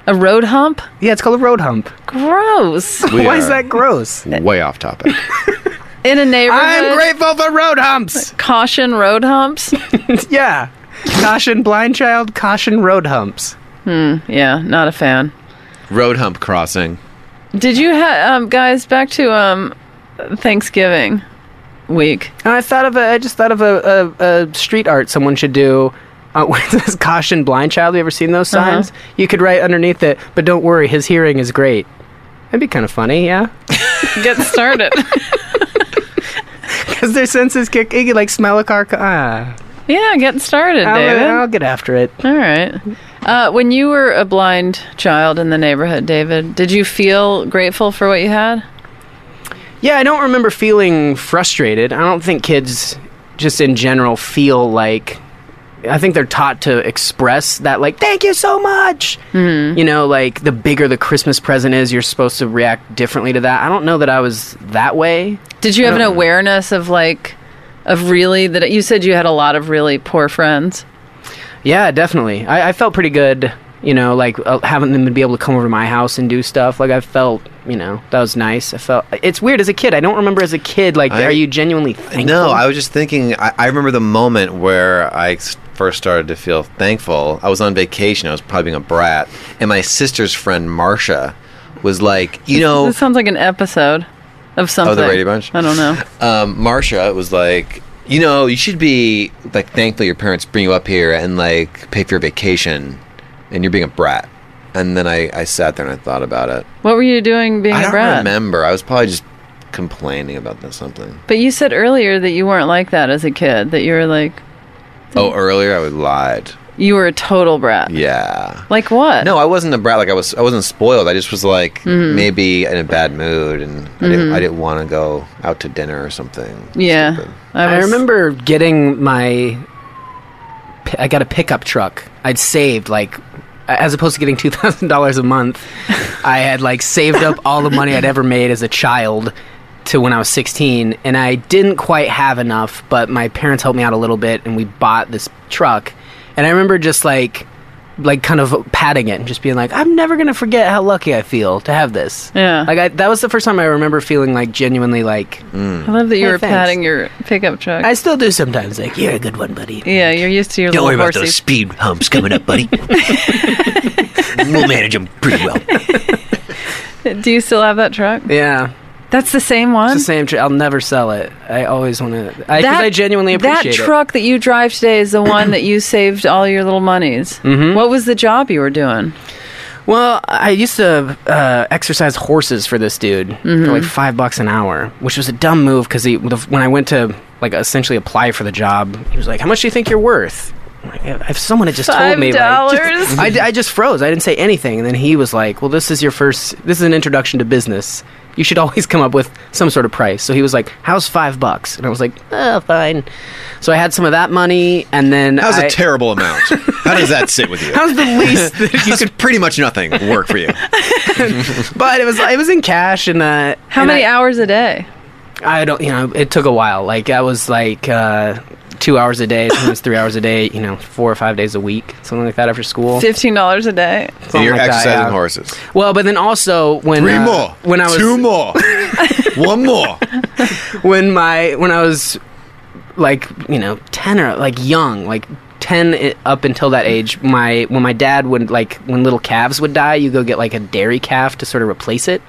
Speaker 5: A road hump?
Speaker 7: Yeah, it's called a road hump.
Speaker 5: Gross.
Speaker 6: We
Speaker 7: Why
Speaker 6: are
Speaker 7: is that gross?
Speaker 6: way off topic?
Speaker 5: In a neighborhood.
Speaker 7: I'm grateful for road humps.
Speaker 5: Caution road humps.
Speaker 7: yeah. Caution blind child, caution road humps.
Speaker 5: yeah, not a fan.
Speaker 6: Road hump crossing.
Speaker 5: Did you have um, guys back to um, Thanksgiving week?
Speaker 7: And Oh, I thought of a, I just thought of a, a, a street art someone should do. Uh, with this caution blind child, you ever seen those
Speaker 6: Uh-huh.
Speaker 7: signs? You could write underneath it, but don't worry, his hearing is great. That'd be kind of funny, yeah?
Speaker 5: Get started.
Speaker 7: Because their senses kick, you could like smell a car. co- Ah,
Speaker 5: yeah, get started,
Speaker 7: I'll,
Speaker 5: David.
Speaker 7: I'll get after it.
Speaker 5: All right. Uh, when you were a blind child in the neighborhood, David, did you feel grateful for what you had?
Speaker 7: Yeah, I don't remember feeling frustrated. I don't think kids, just in general, feel like. I think they're taught to express that, like, thank you so much. You know, like, the bigger the Christmas present is, you're supposed to react differently to that. I don't know that I was that way.
Speaker 5: Did you have an awareness of like, of really that you said you had a lot of really poor friends?
Speaker 7: Yeah, definitely. I, I felt pretty good, you know, like, uh, having them be able to come over to my house and do stuff. Like, I felt, you know, that was nice. I felt. It's weird as a kid. I don't remember as a kid, like,
Speaker 6: I-
Speaker 7: are you genuinely thankful?
Speaker 6: No, I was just thinking. I, I remember the moment where I s- first started to feel thankful. I was on vacation. I was probably being a brat, and my sister's friend Marcia was like, you know,
Speaker 5: This sounds like an episode of something.
Speaker 6: Radio Bunch?
Speaker 5: I don't know.
Speaker 6: um, Marsha was like, you know, you should be like thankful your parents bring you up here and like pay for your vacation, and you're being a brat. And then I, I sat there and I thought about it.
Speaker 5: What were you doing being
Speaker 6: I
Speaker 5: a
Speaker 6: don't
Speaker 5: brat?
Speaker 6: remember. I was probably just complaining about this something.
Speaker 5: But you said earlier that you weren't like that as a kid. That you were like
Speaker 6: Oh, earlier I was lied.
Speaker 5: you were a total brat.
Speaker 6: Yeah.
Speaker 5: Like what?
Speaker 6: No, I wasn't a brat. Like I was, I wasn't spoiled. I just was like
Speaker 7: Mm-hmm.
Speaker 6: maybe in a bad mood, and I didn't, I didn't want to go out to dinner or something.
Speaker 5: Yeah.
Speaker 6: Stupid.
Speaker 7: I
Speaker 5: was-
Speaker 7: remember getting my. I got a pickup truck. I'd saved like, as opposed to getting two thousand dollars a month, I had like saved up all the money I'd ever made as a child to when I was sixteen, and I didn't quite have enough. But my parents helped me out a little bit, and we bought this truck. And I remember just like, like kind of patting it and just being like, I'm never gonna forget how lucky I feel to have this.
Speaker 5: Yeah.
Speaker 7: Like I, that was the first time I remember feeling like genuinely like
Speaker 5: I love that you
Speaker 7: Hey,
Speaker 5: were
Speaker 7: thanks.
Speaker 5: patting your pickup truck.
Speaker 7: I still do sometimes. Like, you're a good one, buddy.
Speaker 5: yeah, you're used to your
Speaker 10: Don't worry
Speaker 5: little
Speaker 10: about
Speaker 5: horsey.
Speaker 10: those speed humps coming up, buddy. we'll manage them pretty well.
Speaker 5: Do you still have that truck?
Speaker 7: Yeah,
Speaker 5: That's the same one.
Speaker 7: it's the same. Tr- I'll never sell it. I always want to. I, 'cause I genuinely appreciate
Speaker 5: that truck that you drive today is the one that you saved all your little monies.
Speaker 7: Mm-hmm.
Speaker 5: What was the job you were doing?
Speaker 7: it. Well, I used to uh, exercise horses for this dude for
Speaker 5: Mm-hmm.
Speaker 7: like five bucks an hour, which was a dumb move because he. The, when I went to like essentially apply for the job, he was like, "How much do you think you're worth?" I'm like, If if someone had just told me, like,
Speaker 5: $5?
Speaker 7: just, I, d- I just froze. I didn't say anything, and then he was like, "Well, this is your first. This is an introduction to business. You should always come up with some sort of price." So he was like, "How's five bucks?" And I was like, "Ah,
Speaker 5: Oh.
Speaker 7: fine." So I had some of that money, and then
Speaker 6: That was
Speaker 7: I-
Speaker 6: a terrible amount. How does that sit with you?
Speaker 7: That was the least that you
Speaker 6: That's
Speaker 7: could,
Speaker 6: pretty much nothing work for you.
Speaker 7: but it was it was in cash, and uh,
Speaker 5: How
Speaker 7: and
Speaker 5: many
Speaker 7: I-
Speaker 5: hours a day?
Speaker 7: I don't, you know, it took a while. Like I was like uh, two hours a day, sometimes three hours a day. You know, four or five days a week, something like that after school.
Speaker 5: Fifteen dollars a day.
Speaker 7: something
Speaker 6: you're
Speaker 7: like that,
Speaker 6: exercising
Speaker 7: yeah.
Speaker 6: horses.
Speaker 7: Well, but then also when
Speaker 6: Three
Speaker 7: uh,
Speaker 6: more.
Speaker 7: when I was
Speaker 6: two more. One more.
Speaker 7: when my when I was like you know ten or like young like ten i- up until that age, my when my dad would like when little calves would die, you go get like a dairy calf to sort of replace it,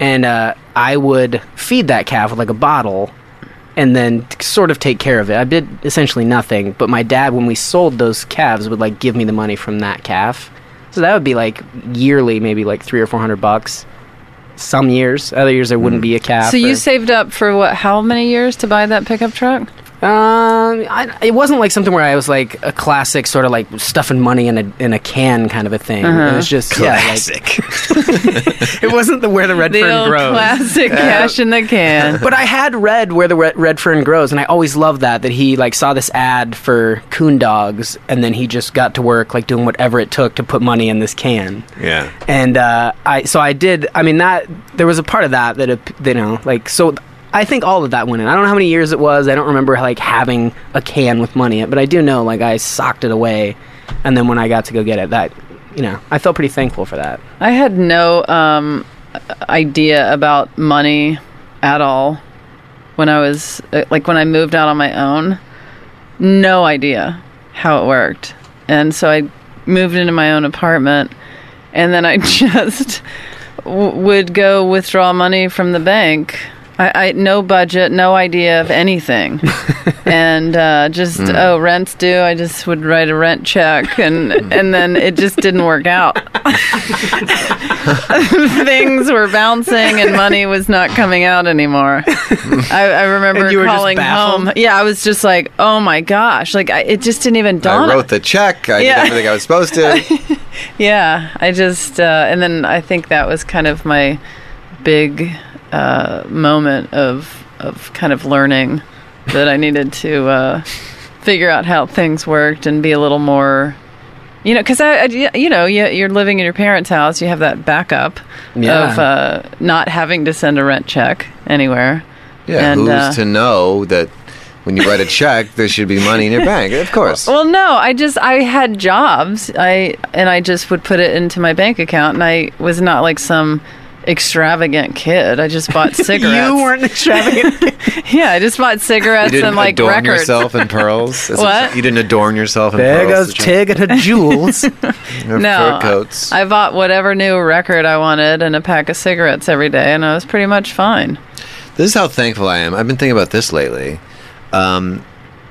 Speaker 7: and uh, I would feed that calf with like a bottle, and then t- sort of take care of it. I did essentially nothing, but my dad, when we sold those calves, would like give me the money from that calf. So that would be like yearly, maybe like three or four hundred bucks. Some years, other years there wouldn't be a calf.
Speaker 5: Mm. So you
Speaker 7: or-
Speaker 5: saved up for what? How many years to buy that pickup truck?
Speaker 7: Um, I, it wasn't like something where I was like a classic sort of like stuffing money in a in a can kind of a thing.
Speaker 5: Uh-huh.
Speaker 7: It was just classic. it wasn't the where the red
Speaker 5: The
Speaker 7: fern
Speaker 5: old
Speaker 7: grows.
Speaker 5: classic cash in the can.
Speaker 7: but I had read where the red, red fern grows, and I always loved that. That he like saw this ad for coon dogs, and then he just got to work like doing whatever it took to put money in this can
Speaker 6: Yeah.
Speaker 7: and uh, I so I did. I mean that there was a part of that that it, you know like so. I think all of that went in. I don't know how many years it was. I don't remember like having a can with money in it, but I do know like I socked it away, and then when I got to go get it, that you know I felt pretty thankful for that.
Speaker 5: I had no um, idea about money at all when I was uh, like when I moved out on my own. No idea how it worked, and so I moved into my own apartment, and then I just w- would go withdraw money from the bank. I, I no budget, no idea of anything, and uh, just
Speaker 7: Hmm.
Speaker 5: oh rent's due. I just would write a rent check, and
Speaker 7: Hmm.
Speaker 5: and then it just didn't work out things were bouncing and money was not coming out anymore. I, I remember
Speaker 7: And you were just
Speaker 5: calling
Speaker 7: baffled?
Speaker 5: home. Yeah, I was just like, oh my gosh, like I, it just didn't even dawn.
Speaker 6: I wrote the check. I
Speaker 5: Yeah.
Speaker 6: did everything I was supposed to.
Speaker 5: yeah, I just uh, and then I think that was kind of my big uh, moment of of kind of learning that I needed to uh, figure out how things worked and be a little more. You know, because I, I, you know, you- you're living in your parents' house. You have that backup
Speaker 7: Yeah.
Speaker 5: of uh, not having to send a rent check anywhere.
Speaker 6: Yeah.
Speaker 5: And,
Speaker 6: Who's
Speaker 5: uh,
Speaker 6: to know that when you write a check, there should be money in your bank? Of course.
Speaker 5: Well, no, I just I had jobs. I and I just would put it into my bank account, and I was not like some extravagant kid. I just bought cigarettes.
Speaker 7: You weren't extravagant.
Speaker 5: yeah, I just bought
Speaker 6: you
Speaker 5: cigarettes
Speaker 6: didn't
Speaker 5: and like
Speaker 6: adorn
Speaker 5: records.
Speaker 6: yourself in pearls. That's
Speaker 5: What?
Speaker 6: You didn't adorn yourself in
Speaker 7: there
Speaker 6: pearls.
Speaker 7: goes Tig and her jewels.
Speaker 6: Your
Speaker 5: No,
Speaker 6: fur coats.
Speaker 5: I bought whatever new record I wanted and a pack of cigarettes every day, and I was pretty much fine.
Speaker 6: This is how thankful I am. I've been thinking about this lately. Um,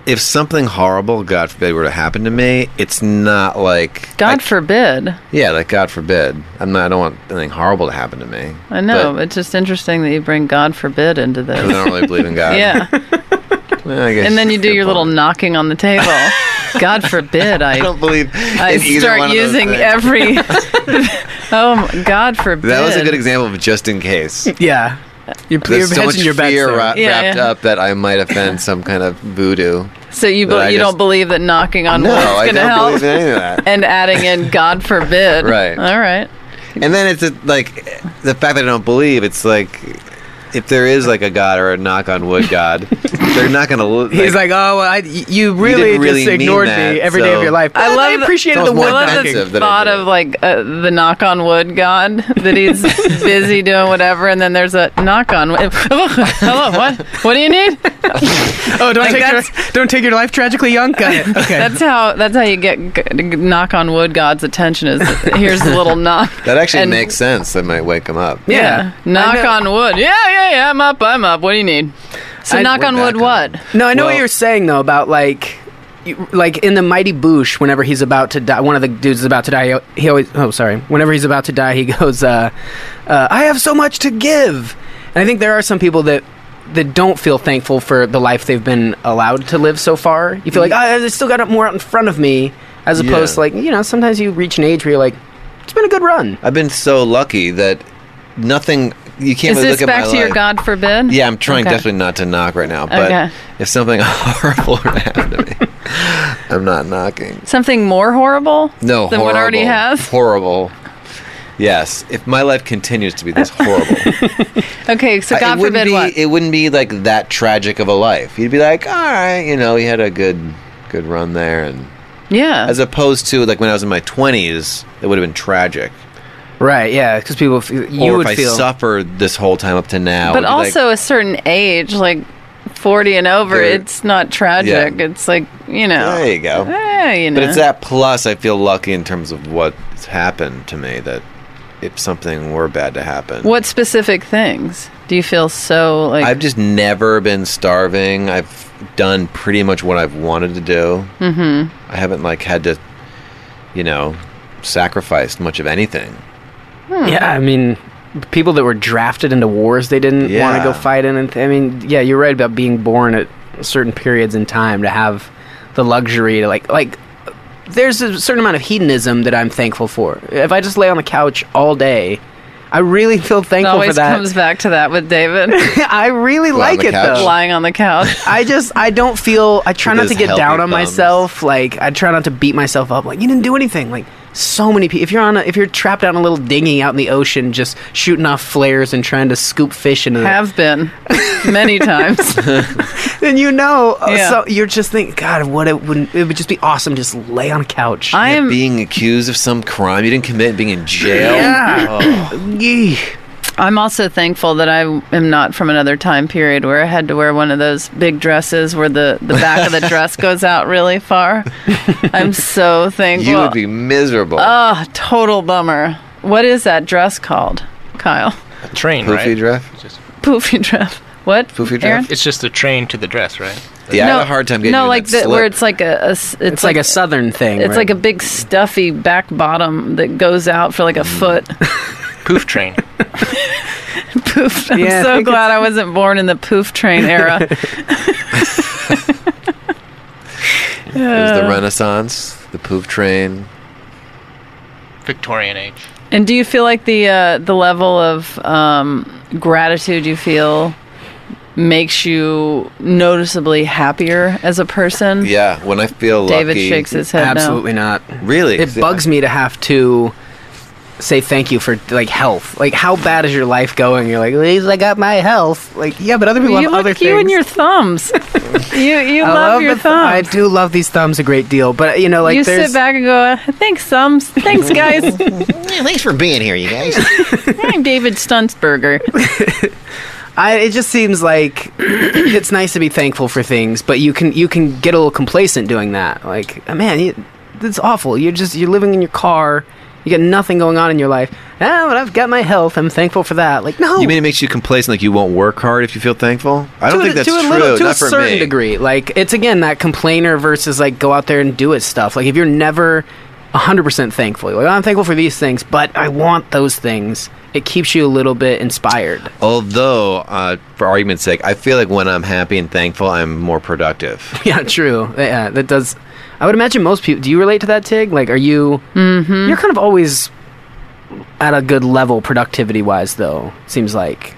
Speaker 6: if something horrible, God forbid, were to happen to me, it's not like
Speaker 5: God
Speaker 6: I-
Speaker 5: forbid.
Speaker 6: yeah, like God forbid. I'm not. I don't want anything horrible to happen to me.
Speaker 5: I know.
Speaker 6: But
Speaker 5: it's just interesting that you bring God forbid into
Speaker 6: I
Speaker 5: this.
Speaker 6: don't really believe in God.
Speaker 5: yeah.
Speaker 6: Well, I guess
Speaker 5: And then you
Speaker 6: it's
Speaker 5: do
Speaker 6: a good
Speaker 5: your little
Speaker 6: point.
Speaker 5: knocking on the table. God forbid I
Speaker 6: I don't believe.
Speaker 5: I
Speaker 6: in either one
Speaker 5: start
Speaker 6: of those
Speaker 5: using
Speaker 6: things.
Speaker 5: every. oh my God forbid!
Speaker 6: That was a good example of just in case.
Speaker 7: yeah, your, your
Speaker 6: There's
Speaker 7: head's
Speaker 6: so much
Speaker 7: in your bed.
Speaker 6: fear wra-
Speaker 5: Yeah,
Speaker 6: wrapped
Speaker 5: yeah.
Speaker 6: up that I might offend some kind of voodoo.
Speaker 5: So you
Speaker 6: that I
Speaker 5: be- you
Speaker 6: just-
Speaker 5: don't believe that knocking on
Speaker 6: No,
Speaker 5: wood is
Speaker 6: I
Speaker 5: going to
Speaker 6: don't
Speaker 5: help,
Speaker 6: believe in any of that.
Speaker 5: and adding in God forbid.
Speaker 6: Right.
Speaker 5: All right.
Speaker 6: And then it's uh, like the fact that I don't believe. It's like if there is like a god or a knock on wood god, they're not gonna. Look,
Speaker 7: He's like, oh, well, I, you really
Speaker 6: didn't really
Speaker 7: just
Speaker 6: mean
Speaker 7: ignored
Speaker 6: that,
Speaker 7: me every day
Speaker 6: so-
Speaker 7: of your life.
Speaker 5: I
Speaker 7: But
Speaker 5: love
Speaker 7: I
Speaker 5: the-
Speaker 7: appreciated
Speaker 6: It's
Speaker 7: the
Speaker 6: almost
Speaker 7: word
Speaker 6: more
Speaker 7: knocking.
Speaker 6: offensive. that I
Speaker 5: thought
Speaker 6: did
Speaker 5: of
Speaker 6: it.
Speaker 5: like uh, the knock on wood God that he's busy doing whatever, and then there's a knock on. wood. Hello. What? What do you need?
Speaker 7: Oh, don't
Speaker 5: Like,
Speaker 7: take your,
Speaker 5: that's-
Speaker 7: don't take your life tragically young. Got it. Okay.
Speaker 5: That's how. That's how you get g- g- knock on wood God's attention. Is here's a little knock.
Speaker 6: that actually
Speaker 5: and-
Speaker 6: makes sense. That might wake him up.
Speaker 7: yeah.
Speaker 5: Knock
Speaker 7: I
Speaker 5: on
Speaker 7: know-
Speaker 5: wood. Yeah, yeah, yeah. I'm up. I'm up. What do you need? So
Speaker 7: I-
Speaker 5: knock on
Speaker 6: We're
Speaker 5: wood.
Speaker 6: back
Speaker 5: What?
Speaker 7: No, I know
Speaker 6: Well-
Speaker 7: what you're saying though about like, you- like in the Mighty Boosh, whenever he's about to die, one of the dudes is about to die. he- He always, oh sorry, whenever he's about to die, he goes, uh, uh, "I have so much to give," and I think there are some people that that don't feel thankful for the life they've been allowed to live so far. You feel like, "Ah, I still got more out in front of me," as opposed to like, you know, sometimes you reach an age where you're like, "It's been a good run."
Speaker 6: I've been so lucky that nothing. You can't
Speaker 5: Is
Speaker 6: really
Speaker 5: this
Speaker 6: look at
Speaker 5: back
Speaker 6: my
Speaker 5: to your
Speaker 6: life.
Speaker 5: God forbid?
Speaker 6: Yeah, I'm trying
Speaker 5: Okay.
Speaker 6: definitely not to knock right now. But
Speaker 5: Okay.
Speaker 6: if something horrible were to happen to me, I'm not knocking.
Speaker 5: Something more horrible?
Speaker 6: No,
Speaker 5: Than
Speaker 6: horrible.
Speaker 5: what already has?
Speaker 6: Horrible. Yes, if my life continues to be this horrible.
Speaker 5: Okay, so
Speaker 6: I-
Speaker 5: God
Speaker 6: it wouldn't
Speaker 5: forbid
Speaker 6: be,
Speaker 5: what?
Speaker 6: It wouldn't be like that tragic of a life. You'd be like, all right, you know, he had a good, good run there, and
Speaker 5: yeah.
Speaker 6: as opposed to like when I was in my twenties, it would have been tragic.
Speaker 7: Right? Yeah, because people, f- you
Speaker 6: or
Speaker 7: would
Speaker 6: if
Speaker 7: feel.
Speaker 6: I suffered this whole time up to now.
Speaker 5: but
Speaker 6: it'd be like-
Speaker 5: also a certain age, like forty and over,
Speaker 6: Good.
Speaker 5: it's not tragic. It's like you know,
Speaker 6: There you go.
Speaker 5: eh, you know.
Speaker 6: But it's that plus I feel lucky in terms of what's happened to me that if something were bad to happen.
Speaker 5: What specific things do you feel so like?
Speaker 6: I've just never been starving. I've done pretty much what I've wanted to do. Mm-hmm. I haven't like had to, you know, sacrificed much of anything.
Speaker 7: Yeah, I mean, people that were drafted into wars they didn't want
Speaker 6: Yeah.
Speaker 7: to go fight in. And th- I mean, yeah, you're right about being born at certain periods in time to have the luxury to like like. There's a certain amount of hedonism that I'm thankful for. If I just lay on the couch all day, I really feel
Speaker 5: it
Speaker 7: thankful for
Speaker 5: always
Speaker 7: that.
Speaker 5: comes back to that with David
Speaker 7: I really
Speaker 6: on
Speaker 7: like
Speaker 6: the
Speaker 7: it
Speaker 6: couch.
Speaker 7: though.
Speaker 5: lying on the couch.
Speaker 7: I just I don't feel I try
Speaker 6: With
Speaker 7: not to
Speaker 6: his
Speaker 7: get
Speaker 6: healthy
Speaker 7: down on
Speaker 6: thumbs.
Speaker 7: myself. Like I try not to beat myself up. Like you didn't do anything. Like so many people. If you're on a, if you're trapped out in a little dinghy out in the ocean, just shooting off flares and trying to scoop fish into the
Speaker 5: Have been many times.
Speaker 7: then you know. uh,
Speaker 5: Yeah.
Speaker 7: So you're just thinking, God, what it would it would just be awesome. Just lay on a couch.
Speaker 5: I am
Speaker 6: being accused of some crime you didn't commit, being in jail.
Speaker 7: yeah. Yee.
Speaker 5: I'm also thankful that I am not from another time period where I had to wear one of those big dresses where the, the back of the dress goes out really far. I'm so thankful.
Speaker 6: You would be miserable.
Speaker 5: Oh, total bummer. What is that dress called, Kyle?
Speaker 8: A train,
Speaker 6: Poofy
Speaker 8: right?
Speaker 6: dress?
Speaker 5: Poofy dress. What?
Speaker 6: Poofy dress?
Speaker 5: Aaron?
Speaker 8: It's just a train to the dress, right?
Speaker 6: Yeah, I had a hard time getting
Speaker 5: No,
Speaker 6: you in
Speaker 5: like
Speaker 6: that
Speaker 5: the, where
Speaker 6: slip.
Speaker 5: it's like a, a s- it's,
Speaker 7: It's like, a southern thing.
Speaker 5: it's
Speaker 7: right?
Speaker 5: like a big stuffy back bottom that goes out for like a
Speaker 6: Mm.
Speaker 5: foot.
Speaker 8: Poof train.
Speaker 5: poof. I'm
Speaker 7: Yeah, I
Speaker 5: so
Speaker 7: think
Speaker 5: glad I wasn't born in the poof train era.
Speaker 6: It was the Renaissance, the poof train.
Speaker 8: Victorian age.
Speaker 5: And do you feel like the uh, the level of um, gratitude you feel makes you noticeably happier as a person?
Speaker 6: Yeah, when I feel
Speaker 5: David
Speaker 6: lucky.
Speaker 5: shakes his head.
Speaker 7: absolutely not.
Speaker 6: Really?
Speaker 7: it bugs me to have to say thank you for like health. Like, how bad is your life going? You're like, at least I got my health. Like, yeah, but other
Speaker 5: No.
Speaker 7: people
Speaker 5: You
Speaker 7: have other
Speaker 5: look
Speaker 7: things.
Speaker 5: you and your thumbs. you you
Speaker 7: I
Speaker 5: love, your
Speaker 7: the th- I
Speaker 5: thumbs.
Speaker 7: do love these thumbs a great deal, but you know, like,
Speaker 5: you
Speaker 7: there's
Speaker 5: sit back and go, "Uh, thanks, thumbs. Thanks, guys.
Speaker 10: Yeah, thanks for being here, you guys.
Speaker 5: I'm David Stuntsberger.
Speaker 7: I, it just seems like it's nice to be thankful for things, but you can you can get a little complacent doing that. Like, "Oh, man, you, that's awful. You're just you're living in your car. You got nothing going on in your life. Ah, but I've got my health. I'm thankful for that. Like, no,
Speaker 6: You mean it makes you complacent, like you won't work hard if you feel thankful? I don't
Speaker 7: to
Speaker 6: think
Speaker 7: a,
Speaker 6: that's
Speaker 7: to a
Speaker 6: true.
Speaker 7: Little, to
Speaker 6: not
Speaker 7: a
Speaker 6: for
Speaker 7: certain
Speaker 6: me.
Speaker 7: degree. Like it's again that complainer versus like go out there and do it stuff. Like if you're never 100% thankful, you're like "Oh, I'm thankful for these things, but I want those things. It keeps you a little bit inspired.
Speaker 6: Although, uh, for argument's sake, I feel like when I'm happy and thankful, I'm more productive.
Speaker 7: yeah, true. Yeah, that does. I would imagine most people. Do you relate to that, Tig? Like, are you? You're kind of always at a good level productivity wise, though. Seems like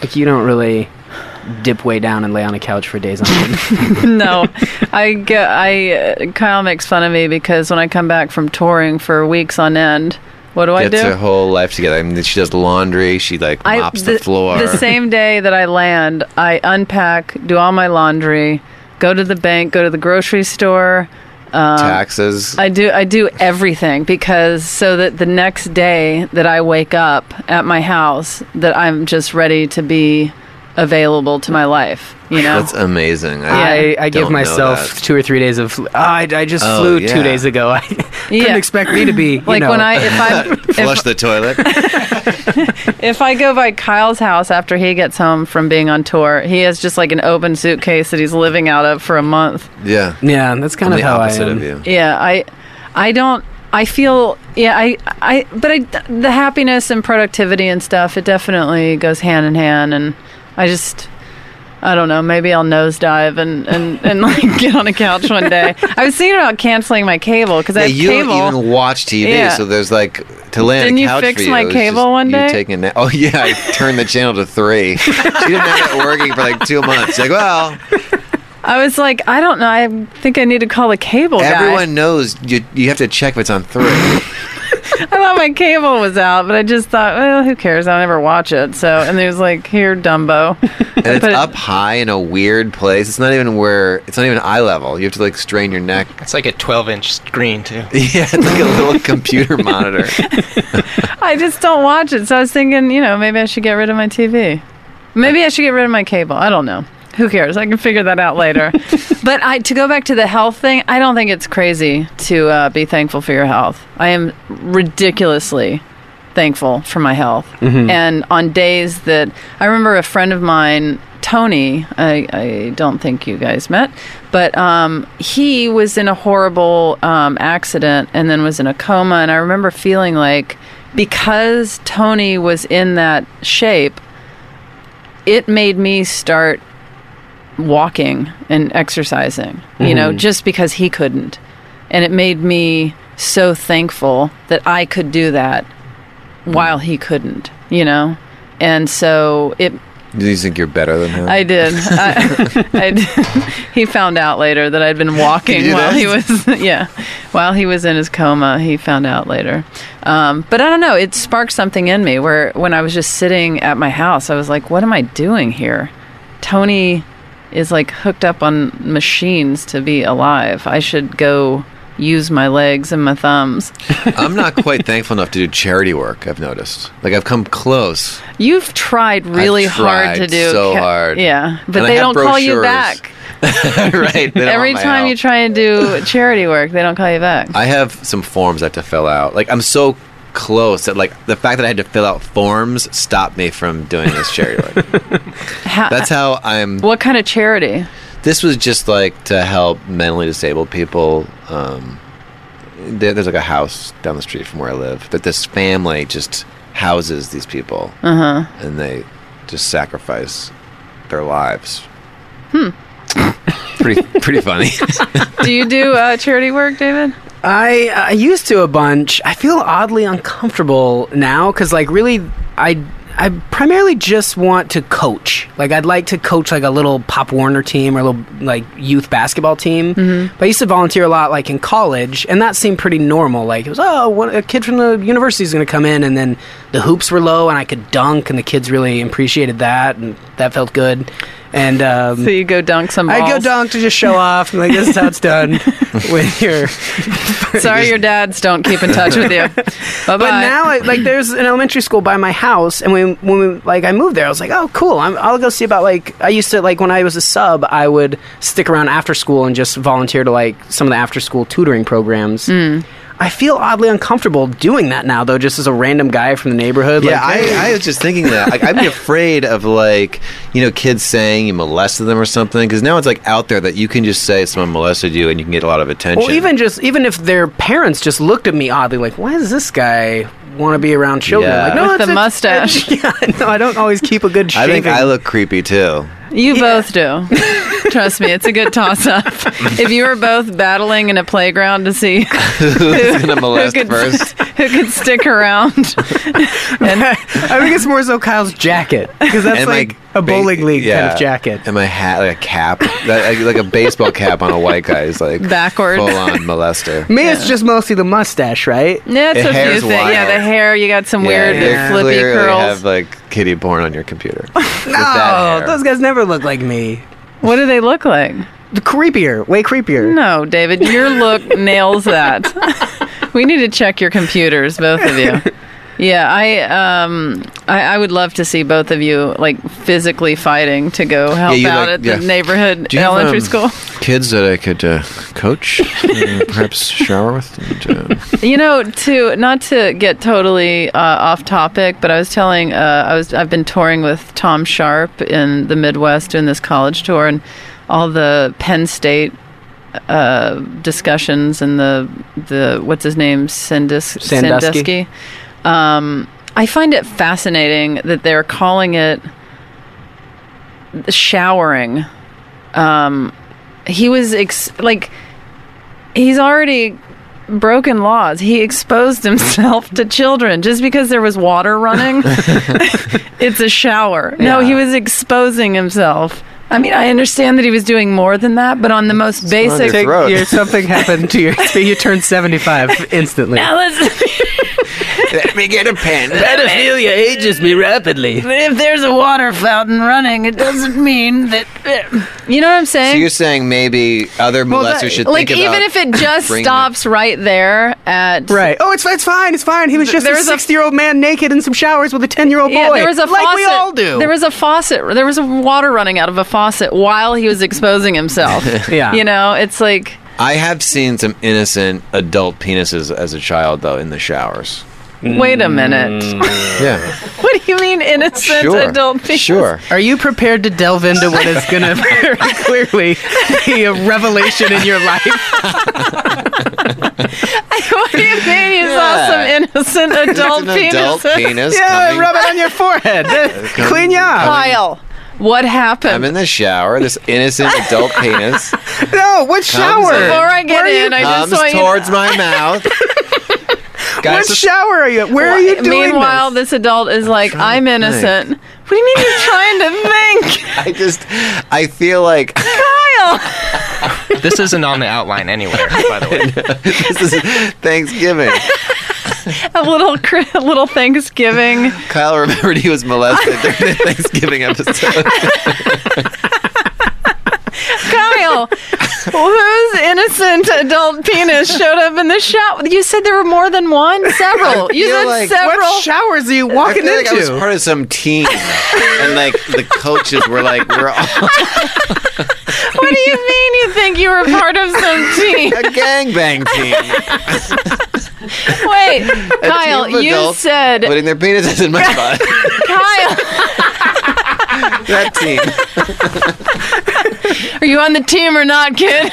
Speaker 7: like you don't really dip way down and lay on a couch for days on end.
Speaker 5: no, I get. I uh, Kyle makes fun of me because when I come back from touring for weeks on end, what do I
Speaker 6: Gets
Speaker 5: do?
Speaker 6: her whole life together. I mean, she does laundry. She like
Speaker 5: I-
Speaker 6: mops the, floor.
Speaker 5: The same day that I land, I unpack, do all my laundry, go to the bank, go to the grocery store.
Speaker 6: taxes.
Speaker 5: um, I do I do everything because so that the next day that I wake up at my house that I'm just ready to be available to my life, you know.
Speaker 6: That's amazing.
Speaker 7: I, I give
Speaker 6: don't know
Speaker 7: myself
Speaker 6: that.
Speaker 7: two or three days of. Oh, I, I just
Speaker 6: Oh,
Speaker 7: flew
Speaker 6: yeah.
Speaker 7: two days ago. I couldn't
Speaker 5: Yeah.
Speaker 7: expect me to be you
Speaker 5: like
Speaker 7: know.
Speaker 5: when I if I
Speaker 6: Flush the toilet.
Speaker 5: If I go by Kyle's house after he gets home from being on tour, he has just like an open suitcase that he's living out of for a month.
Speaker 6: yeah.
Speaker 7: Yeah, that's kind
Speaker 6: I'm
Speaker 7: of
Speaker 6: the
Speaker 7: how I
Speaker 6: opposite
Speaker 7: am.
Speaker 6: of you.
Speaker 5: Yeah, I I don't I feel yeah, I I but I the happiness and productivity and stuff, it definitely goes hand in hand and I just I don't know. Maybe I'll nosedive and, and, and like get on a couch one day. I was thinking about canceling my cable because I
Speaker 6: Yeah,
Speaker 5: have
Speaker 6: you
Speaker 5: cable.
Speaker 6: don't even watch TV,
Speaker 5: Yeah.
Speaker 6: so there's like to land
Speaker 5: Didn't
Speaker 6: a
Speaker 5: you
Speaker 6: couch
Speaker 5: fix
Speaker 6: for you.
Speaker 5: my
Speaker 6: it was
Speaker 5: cable
Speaker 6: just
Speaker 5: one day?
Speaker 6: You taking that? Oh yeah, I turned the channel to three. she didn't have it working for like two months. Like, well,
Speaker 5: I was like, I don't know. I think I need to call the cable guy.
Speaker 6: everyone knows you. You have to check if it's on three.
Speaker 5: I thought my cable was out, but I just thought, well, who cares? I'll never watch it. So, and he was like, here, Dumbo.
Speaker 6: and it's
Speaker 5: But-
Speaker 6: up high in a weird place. It's not even where it's not even eye level. You have to like strain your neck.
Speaker 8: It's like a 12 inch screen, too.
Speaker 6: Yeah, it's like a little computer monitor.
Speaker 5: I just don't watch it. So I was thinking, you know, maybe I should get rid of my TV. Maybe I should get rid of my cable. I don't know. Who cares? I can figure that out later. but I to go back to the health thing, I don't think it's crazy to uh, be thankful for your health. I am ridiculously thankful for my health. And on days that I remember a friend of mine, Tony, I, I don't think you guys met, but um, he was in a horrible um, accident and then was in a coma. And I remember feeling like because Tony was in that shape, it made me start walking and exercising, you know, just because he couldn't. And it made me so thankful that I could do that while he couldn't, you know? And so it,
Speaker 6: Do you think you're better than him?
Speaker 5: I did. I, I did. he found out later that I'd been walking
Speaker 6: do
Speaker 5: while
Speaker 6: that?
Speaker 5: he was, yeah, while he was in his coma. He found out later. Um, but I don't know. It sparked something in me where when I was just sitting at my house, I was like, what am I doing here? Tony is like hooked up on machines to be alive. I should go use my legs and my thumbs.
Speaker 6: I'm not quite thankful enough to do charity work. I've noticed. Like I've come close.
Speaker 5: You've tried really hard
Speaker 6: tried
Speaker 5: to do
Speaker 6: so
Speaker 5: ca-
Speaker 6: hard.
Speaker 5: Yeah, but
Speaker 6: And I
Speaker 5: they
Speaker 6: have
Speaker 5: don't call you
Speaker 6: brochures.
Speaker 5: back.
Speaker 6: right. They don't
Speaker 5: Every
Speaker 6: want my
Speaker 5: time you
Speaker 6: help.
Speaker 5: try and do charity work, they don't call you back.
Speaker 6: I have some forms I have to fill out. Like I'm so close that like the fact that I had to fill out forms stopped me from doing this charity work.
Speaker 5: How-
Speaker 6: That's how I'm.
Speaker 5: what kind of charity?
Speaker 6: This was just like to help mentally disabled people. Um, there, there's like a house down the street from where I live that this family just houses these people,
Speaker 7: Uh-huh.
Speaker 6: and they just sacrifice their lives. Hmm. pretty pretty funny.
Speaker 5: Do you do uh, charity work, David?
Speaker 7: I uh, I used to a bunch. I feel oddly uncomfortable now because like really I I primarily just want to coach. Like I'd like to coach like a little Pop Warner team or a little like youth basketball team. But I used to volunteer a lot like in college, and that seemed pretty normal. Like it was oh what, a kid from the university is going to come in, and then the hoops were low, and I could dunk, and the kids really appreciated that, and that felt good. And um,
Speaker 5: So you go dunk some balls.
Speaker 7: I'd go dunk to just show off, and like this is how it's done with your
Speaker 5: Sorry, your dads don't keep in touch with you. Bye
Speaker 7: But
Speaker 5: bye.
Speaker 7: now, I, like, there's an elementary school by my house, and when when we, like I moved there, I was like, oh, cool. I'm, I'll go see about like I used to like when I was a sub, I would stick around after school and just volunteer to like some of the after school tutoring programs.
Speaker 5: Hmm.
Speaker 7: I feel oddly uncomfortable doing that now, though, just as a random guy from the neighborhood.
Speaker 6: Yeah,
Speaker 7: like,
Speaker 6: I, I was just thinking that. Like, I'd be afraid of like you know kids saying you molested them or something because now it's like out there that you can just say someone molested you and you can get a lot of attention.
Speaker 7: Well, even just even if their parents just looked at me oddly, like, why does this guy want to be around children?
Speaker 6: Yeah.
Speaker 7: Like, no,
Speaker 5: With
Speaker 7: it's-
Speaker 5: the
Speaker 7: it's-
Speaker 5: mustache.
Speaker 7: yeah, no, I don't always keep a good.
Speaker 6: I
Speaker 7: Shaving.
Speaker 6: think I look creepy too.
Speaker 5: You both do. Trust me, it's a good toss up. If you were both battling in a playground to see
Speaker 6: Who's gonna
Speaker 5: who
Speaker 6: molest
Speaker 5: could,
Speaker 6: first?
Speaker 5: who could stick around, and
Speaker 7: I think it's more so Kyle's jacket because that's
Speaker 6: And my
Speaker 7: like a
Speaker 6: ba-
Speaker 7: bowling league kind
Speaker 6: yeah.
Speaker 7: of jacket.
Speaker 6: And my hat, like a cap, that, like, like a baseball cap on a white guy is like
Speaker 5: Backward.
Speaker 6: full on molester.
Speaker 7: Me, it's just mostly the mustache, right?
Speaker 5: yeah, it's
Speaker 6: The
Speaker 5: a few
Speaker 6: hair's
Speaker 5: things. Yeah,
Speaker 6: wild.
Speaker 5: the hair. You got some weird
Speaker 6: you
Speaker 5: flippy
Speaker 6: clearly
Speaker 5: curls.
Speaker 6: have like kitty porn on your computer. no,
Speaker 7: Oh, those guys never look like me.
Speaker 5: what do they look like?
Speaker 7: The creepier, way creepier.
Speaker 5: No, David, your look nails that. we need to check your computers, both of you. Yeah, I um, I, I would love to see both of you like physically fighting to go help
Speaker 6: you,
Speaker 5: out
Speaker 6: like-
Speaker 5: at
Speaker 6: yeah.
Speaker 5: the neighborhood
Speaker 6: Do you have,
Speaker 5: elementary
Speaker 6: um,
Speaker 5: school.
Speaker 6: Kids that I could uh, coach, uh, perhaps shower with. And, uh,
Speaker 5: You know, to not to get totally uh, off topic, but I was telling uh, I was I've been touring with Tom Sharp in the Midwest doing this college tour, and all the Penn State uh, discussions and the the what's his name Sandus-
Speaker 7: Sandusky.
Speaker 5: Sandusky. Um, I find it fascinating that they're calling it showering. Um, he was ex- like he's already broken laws. He exposed himself to children just because there was water running. it's a shower. No, he was exposing himself. I mean, I understand that he was doing more than that, but on the most basic.
Speaker 7: Take
Speaker 10: Oh.
Speaker 6: Throat.
Speaker 7: your, something happened to your. You turned seventy-five instantly.
Speaker 5: Now let's-
Speaker 6: Let me get a pen.
Speaker 10: Pedophilia ages me rapidly.
Speaker 5: But if there's a water fountain running, it doesn't mean that. eh. You know what I'm saying?
Speaker 6: So you're saying maybe other molesters
Speaker 5: that-
Speaker 6: should
Speaker 5: like
Speaker 6: think about
Speaker 5: even if it just
Speaker 6: bringing-
Speaker 5: stops right there at
Speaker 7: Right. Oh, it's it's fine. It's fine. He was just
Speaker 5: There
Speaker 7: a
Speaker 5: was a-
Speaker 7: sixty-year-old man naked in some showers with a ten-year-old
Speaker 5: Yeah,
Speaker 7: boy.
Speaker 5: there was a
Speaker 7: like
Speaker 5: faucet.
Speaker 7: we all do.
Speaker 5: There was a faucet. There was water running out of a faucet while he was exposing himself.
Speaker 7: Yeah.
Speaker 5: you know, it's like
Speaker 6: I have seen some innocent adult penises as a child though in the showers.
Speaker 5: wait a minute.
Speaker 6: Yeah,
Speaker 5: what do you mean innocent
Speaker 6: sure.
Speaker 5: adult people?
Speaker 6: Sure.
Speaker 7: Are you prepared to delve into what is going to very clearly be a revelation in your life?
Speaker 5: what do you mean you
Speaker 6: Yeah.
Speaker 5: saw some innocent adult
Speaker 6: It's an adult
Speaker 5: penises?
Speaker 6: penis.
Speaker 7: Yeah,
Speaker 6: coming-
Speaker 7: rub it on your forehead. Clean you up.
Speaker 5: Kyle, what happened?
Speaker 6: I'm in the shower. This innocent adult penis
Speaker 7: No, what
Speaker 6: in.
Speaker 5: Before
Speaker 7: shower?
Speaker 5: I get
Speaker 7: Where are you-
Speaker 5: in, I just
Speaker 6: comes
Speaker 5: saw you.
Speaker 6: towards my mouth.
Speaker 7: What
Speaker 6: Guys, this-
Speaker 7: shower are you? Where are you doing
Speaker 5: Meanwhile,
Speaker 7: this?
Speaker 5: this? adult is like, I'm
Speaker 6: to think.
Speaker 5: innocent. What do you mean you're trying to think?
Speaker 6: I just, I feel like
Speaker 5: Kyle!
Speaker 8: This isn't on the outline anywhere, by the way.
Speaker 6: this is Thanksgiving.
Speaker 5: A little, cri- a little Thanksgiving.
Speaker 6: Kyle remembered he was molested during the Thanksgiving episode.
Speaker 5: Kyle, whose innocent adult penis showed up in the shower? You said there were more than one? Several. You
Speaker 6: feel
Speaker 5: said
Speaker 6: like-
Speaker 5: several.
Speaker 7: What showers are you
Speaker 6: I
Speaker 7: walking
Speaker 6: feel like I was
Speaker 7: into?
Speaker 6: part of some team, and like the coaches were like, "We're all
Speaker 5: what do you mean you think you were part of some team?
Speaker 6: a gangbang team."
Speaker 5: Wait, Kyle,
Speaker 6: team of
Speaker 5: you
Speaker 6: adults
Speaker 5: said,
Speaker 6: putting their penises in my butt.
Speaker 5: Kyle,
Speaker 6: that team.
Speaker 5: are you on the team or not, kid?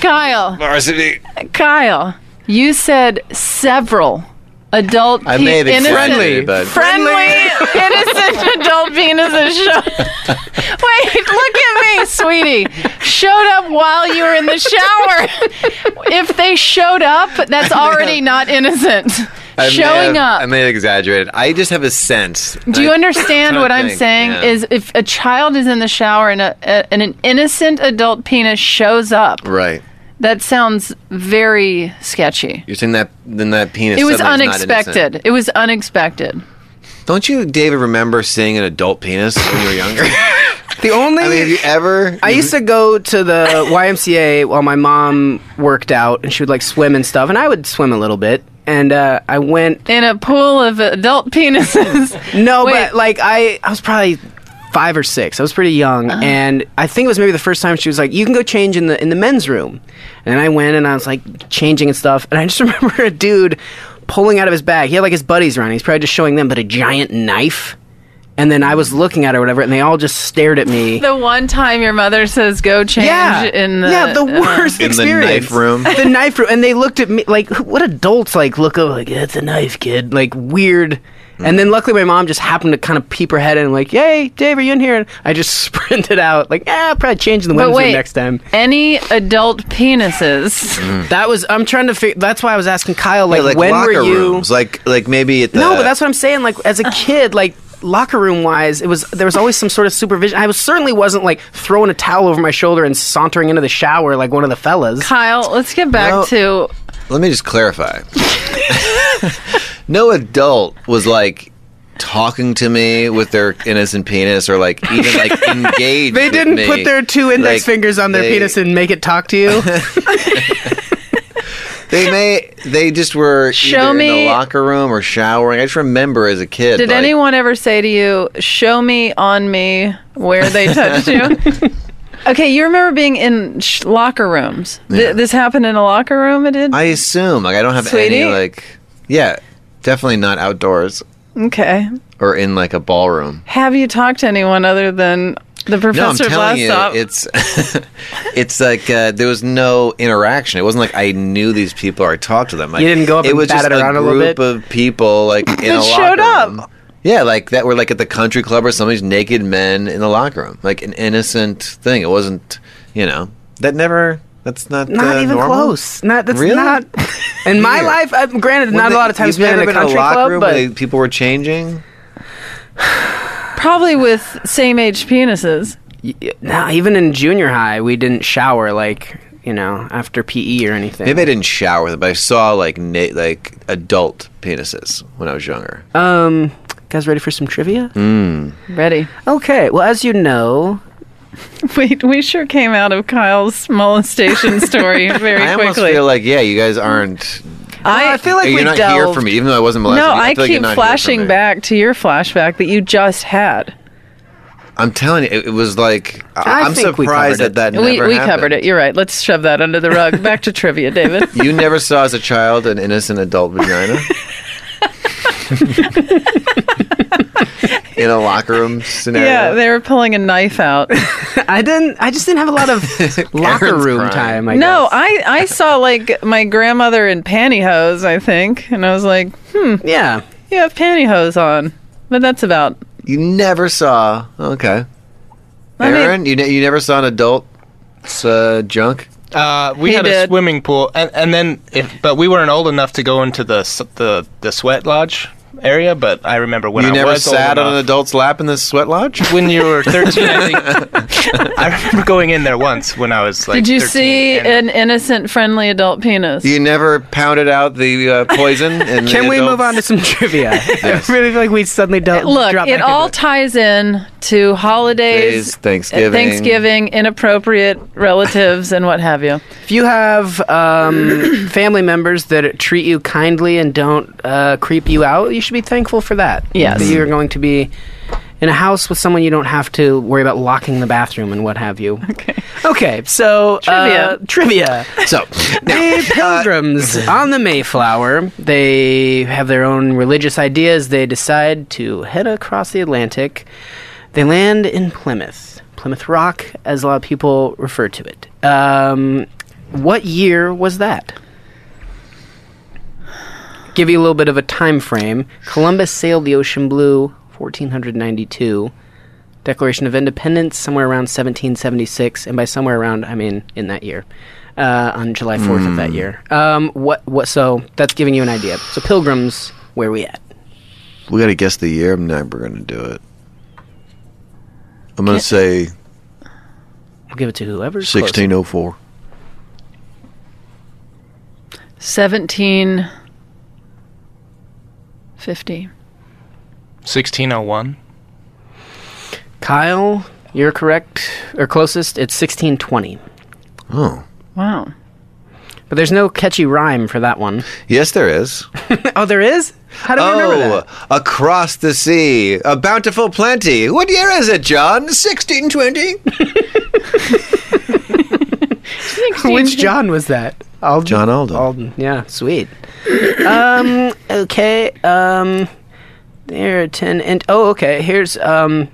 Speaker 5: Kyle,
Speaker 6: Varsity.
Speaker 5: Kyle, you said several adult
Speaker 6: I
Speaker 5: pe-
Speaker 6: may have
Speaker 5: innocent,
Speaker 6: exaggerated, but-
Speaker 5: friendly, innocent adult penises show. Wait, look at me, sweetie. Showed up while you were in the shower. if they showed up, that's already not innocent.
Speaker 6: I may
Speaker 5: Showing
Speaker 6: have-
Speaker 5: up.
Speaker 6: I may have exaggerated. I just have a sense.
Speaker 5: Do you understand
Speaker 6: trying
Speaker 5: what
Speaker 6: to
Speaker 5: I'm
Speaker 6: think,
Speaker 5: saying?
Speaker 6: yeah.
Speaker 5: Is if a child is in the shower and, a, a, and an innocent adult penis shows up,
Speaker 6: Right.
Speaker 5: that sounds very sketchy.
Speaker 6: You're saying that then that penis.
Speaker 5: It was
Speaker 6: suddenly is not innocent.
Speaker 5: unexpected. It was unexpected.
Speaker 6: Don't you, David, remember seeing an adult penis when you were younger? I
Speaker 7: The only
Speaker 6: mean, have you ever?
Speaker 7: I used to go to the YMCA while my mom worked out, and she would like swim and stuff, and I would swim a little bit. And uh, I went
Speaker 5: In a pool of adult penises.
Speaker 7: no,
Speaker 5: Wait.
Speaker 7: but like I, I was probably five or six. I was pretty young,
Speaker 6: Uh-huh.
Speaker 7: and I think it was maybe the first time she was like, "You can go change in the in the men's room," and I went and I was like changing and stuff, and I just remember a dude pulling out of his bag. He had like his buddies around. He's probably just showing them, but a giant knife. And then I was looking at her, or whatever, and they all just stared at me.
Speaker 5: the one time your mother says go change in the uh,
Speaker 7: yeah the worst
Speaker 6: In the
Speaker 7: experience
Speaker 6: knife room?
Speaker 7: the knife room and they looked at me like who- what adults like look up like that's a knife kid like weird and then luckily my mom just happened to kind of peep her head in like hey Dave are you in here and I just sprinted out like ah probably changing the
Speaker 5: But
Speaker 7: women's room
Speaker 5: wait,
Speaker 7: next time
Speaker 5: any adult penises?
Speaker 6: Mm.
Speaker 7: that was I'm trying to figure that's why I was asking Kyle like,
Speaker 6: Yeah, like
Speaker 7: when
Speaker 6: locker
Speaker 7: were you
Speaker 6: rooms, like like maybe at the.
Speaker 7: no but that's what I'm saying like as a kid like locker room wise it was there was always some sort of supervision I was certainly wasn't like throwing a towel over my shoulder and sauntering into the shower like one of the fellas
Speaker 5: Kyle, let's get back
Speaker 6: No.
Speaker 5: to
Speaker 6: Let me just clarify. no adult was like talking to me with their innocent penis or like even like engaged.
Speaker 7: They
Speaker 6: with
Speaker 7: didn't
Speaker 6: me.
Speaker 7: put their two index
Speaker 6: Like,
Speaker 7: fingers on their
Speaker 6: they-
Speaker 7: penis and make it talk to you.
Speaker 6: They may. They just were
Speaker 5: Show
Speaker 6: either in
Speaker 5: me-
Speaker 6: the locker room or showering. I just remember as a kid.
Speaker 5: Did
Speaker 6: like,
Speaker 5: anyone ever say to you, "Show me on me where they touched you"? Okay, you remember being in sh- locker rooms. Th- this happened in a locker room. It did.
Speaker 6: I assume like I don't have
Speaker 5: Sweetie?
Speaker 6: any like. Yeah, definitely not outdoors
Speaker 5: okay.
Speaker 6: or in like a ballroom.
Speaker 5: Have you talked to anyone other than the
Speaker 6: No, I'm
Speaker 5: professor
Speaker 6: telling you,
Speaker 5: Blastop?
Speaker 6: it's it's like uh, there was no interaction. It wasn't like I knew these people or I talked to them. Like,
Speaker 7: You didn't go up
Speaker 6: it
Speaker 7: and
Speaker 6: was
Speaker 7: bat
Speaker 6: just
Speaker 7: it around a little
Speaker 6: group
Speaker 7: bit?
Speaker 6: of people like in a
Speaker 5: That
Speaker 6: locker
Speaker 5: showed up.
Speaker 6: room. Yeah, like that were like at the country club or somebody's naked men in the locker room, like an innocent thing. It wasn't, you know, that never. That's not
Speaker 7: not
Speaker 6: uh,
Speaker 7: even
Speaker 6: normal?
Speaker 7: close. Not that's
Speaker 6: Really?
Speaker 7: not. In my
Speaker 6: Weird.
Speaker 7: life, I, granted,
Speaker 6: When
Speaker 7: not
Speaker 6: they-
Speaker 7: a lot of times
Speaker 6: you've
Speaker 7: been in
Speaker 6: never
Speaker 7: a country
Speaker 6: locker
Speaker 7: club,
Speaker 6: room
Speaker 7: but
Speaker 6: where they, people were changing.
Speaker 5: Probably with same age penises.
Speaker 7: no, even in junior high, we didn't shower like.
Speaker 11: you know, after
Speaker 7: E
Speaker 11: PE or anything.
Speaker 6: Maybe I didn't shower with it, but I saw like na- like adult penises when I was younger.
Speaker 11: Um, guys, ready for some trivia?
Speaker 6: Mm.
Speaker 5: Ready?
Speaker 11: Okay. Well, as you know,
Speaker 5: Wait, we sure came out of Kyle's molestation story very
Speaker 6: I almost
Speaker 5: quickly.
Speaker 6: feel like yeah, you guys aren't.
Speaker 5: I,
Speaker 11: I feel like
Speaker 6: you're
Speaker 11: we
Speaker 6: not here
Speaker 11: delved.
Speaker 6: for me, even though I wasn't molested.
Speaker 5: no,
Speaker 6: I,
Speaker 5: I,
Speaker 6: feel like you're
Speaker 5: keep
Speaker 6: not here for me.
Speaker 5: flashing back to your flashback that you just had.
Speaker 6: I'm telling you, it, it was like I,
Speaker 11: I
Speaker 6: am
Speaker 11: think we
Speaker 6: surprised
Speaker 11: covered
Speaker 6: that that
Speaker 5: we
Speaker 6: never
Speaker 5: we
Speaker 6: happened.
Speaker 5: covered it. You're right. Let's shove that under the rug. Back to trivia, David.
Speaker 6: You never saw as a child an innocent adult vagina in a locker room scenario.
Speaker 5: yeah, they were pulling a knife out.
Speaker 11: I didn't. I just didn't have a lot of locker
Speaker 6: Karen's
Speaker 11: room
Speaker 6: crying.
Speaker 11: time. I
Speaker 5: No,
Speaker 11: guess.
Speaker 5: I, I saw like my grandmother in pantyhose, I think, and I was like, hmm,
Speaker 11: yeah.
Speaker 5: you have pantyhose on, but that's about.
Speaker 6: you never saw. Okay,
Speaker 5: I mean-
Speaker 6: Aaron, you ne- you never saw an adult uh, junk.
Speaker 8: Uh, we
Speaker 5: He
Speaker 8: had a
Speaker 5: did.
Speaker 8: swimming pool, and, and then, if, but we weren't old enough to go into the s- the the sweat lodge area. But I remember when
Speaker 6: you
Speaker 8: I
Speaker 6: never
Speaker 8: was
Speaker 6: sat
Speaker 8: old
Speaker 6: on an
Speaker 8: enough-
Speaker 6: adult's lap in the sweat lodge.
Speaker 8: when you were thirteen. I, think. I remember going in there once when I was like.
Speaker 5: Did you
Speaker 8: 13,
Speaker 5: see
Speaker 8: and-
Speaker 5: an innocent, friendly adult penis?
Speaker 6: You never pounded out the uh, poison. And
Speaker 11: Can we move on to some trivia? I really feel like we suddenly don't
Speaker 5: Look,
Speaker 11: Drop
Speaker 5: it
Speaker 11: back
Speaker 5: all
Speaker 11: into
Speaker 5: ties in to holidays,
Speaker 6: Thanksgiving.
Speaker 5: Thanksgiving, inappropriate relatives, and what have you.
Speaker 11: If you have um, family members that treat you kindly and don't uh, creep you out, you should be thankful for that.
Speaker 5: Yes.
Speaker 11: That you're going to be in a house with someone you don't have to worry about locking the bathroom and what have you. Okay. Okay, so uh,
Speaker 5: Trivia.
Speaker 11: trivia.
Speaker 6: So, now, uh,
Speaker 11: The pilgrims on the Mayflower, they have their own religious ideas. They decide to head across the Atlantic. They land in Plymouth, Plymouth Rock, as a lot of people refer to it. Um, what year was that? Give you a little bit of a time frame. Columbus sailed the ocean blue, 1492. Declaration of Independence, somewhere around 1776, and by somewhere around, I mean in that year, uh, on July 4th of that year. Um, what? What? So that's giving you an idea. So Pilgrims, where we at?
Speaker 6: we got to guess the year. I'm never going to do it. I'm going to say
Speaker 11: We'll give it to whoever's closest.
Speaker 6: 1604.
Speaker 5: 1750.
Speaker 8: 1601?
Speaker 11: Kyle, you're correct or closest. It's 1620,
Speaker 6: Oh.
Speaker 5: Wow.
Speaker 11: but there's no catchy rhyme for that one.
Speaker 6: Yes, there is.
Speaker 11: Oh, there is. How do you remember
Speaker 6: Oh,
Speaker 11: that?
Speaker 6: across the sea, a bountiful plenty. What year is it, John? 1620?
Speaker 11: Which John was that? Alden.
Speaker 6: John Alden.
Speaker 11: Alden. Yeah, sweet. um, okay. Um, there are ten and oh, okay. Here's um,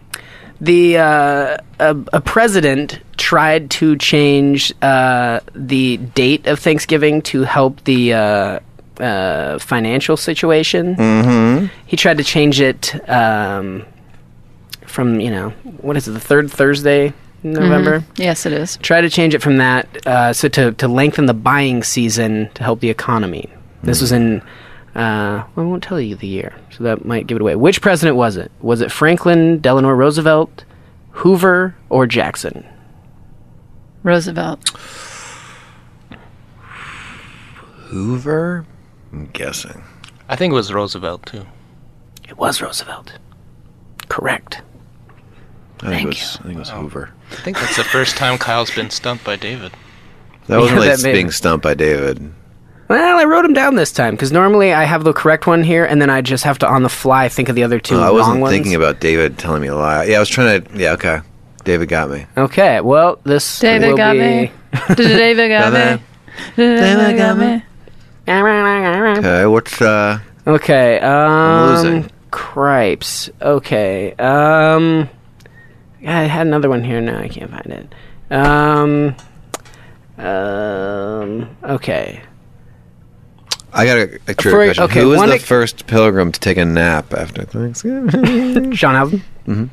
Speaker 11: the uh, a, a president tried to change uh, the date of Thanksgiving to help the. Uh, uh, financial situation. Mm-hmm. He tried to change it um, from you know what is it the third Thursday in November
Speaker 5: Yes, it is.
Speaker 11: try to change it from that uh, so to, to lengthen the buying season to help the economy this
Speaker 6: Hmm.
Speaker 11: was in uh, well, i won't tell you the year so that might give it away which president was it was it franklin delano roosevelt hoover or jackson
Speaker 5: Roosevelt.
Speaker 6: Hoover? I'm guessing.
Speaker 8: I think it was Roosevelt, too.
Speaker 11: it was roosevelt correct
Speaker 6: I think, it was, I think it was Hoover.
Speaker 8: I think that's the first time Kyle's been stumped by David.
Speaker 6: That wasn't
Speaker 11: Yeah,
Speaker 6: like
Speaker 11: that may-
Speaker 6: being stumped by David.
Speaker 11: well i wrote them down this time because normally i have the correct one here and then i just have to on the fly think of the other two
Speaker 6: No, Uh, Oh, I
Speaker 11: wrong
Speaker 6: wasn't
Speaker 11: ones.
Speaker 6: thinking about David telling me a lie. Yeah, I was trying to. Yeah, okay. David got me.
Speaker 11: okay well this
Speaker 5: David
Speaker 11: will
Speaker 5: got
Speaker 11: be...
Speaker 5: me. David got me. David got me.
Speaker 6: Okay, what's uh?
Speaker 11: Okay. Um,
Speaker 6: losing.
Speaker 11: Cripes. Okay. Um, I had another one here. No, I can't find it. Um, um, okay.
Speaker 6: I got a, a trivia
Speaker 11: For-
Speaker 6: question.
Speaker 11: okay,
Speaker 6: Who was
Speaker 11: one
Speaker 6: the
Speaker 11: ex-
Speaker 6: first pilgrim to take a nap after Thanksgiving?
Speaker 11: Sean Alvin. Mm-hmm.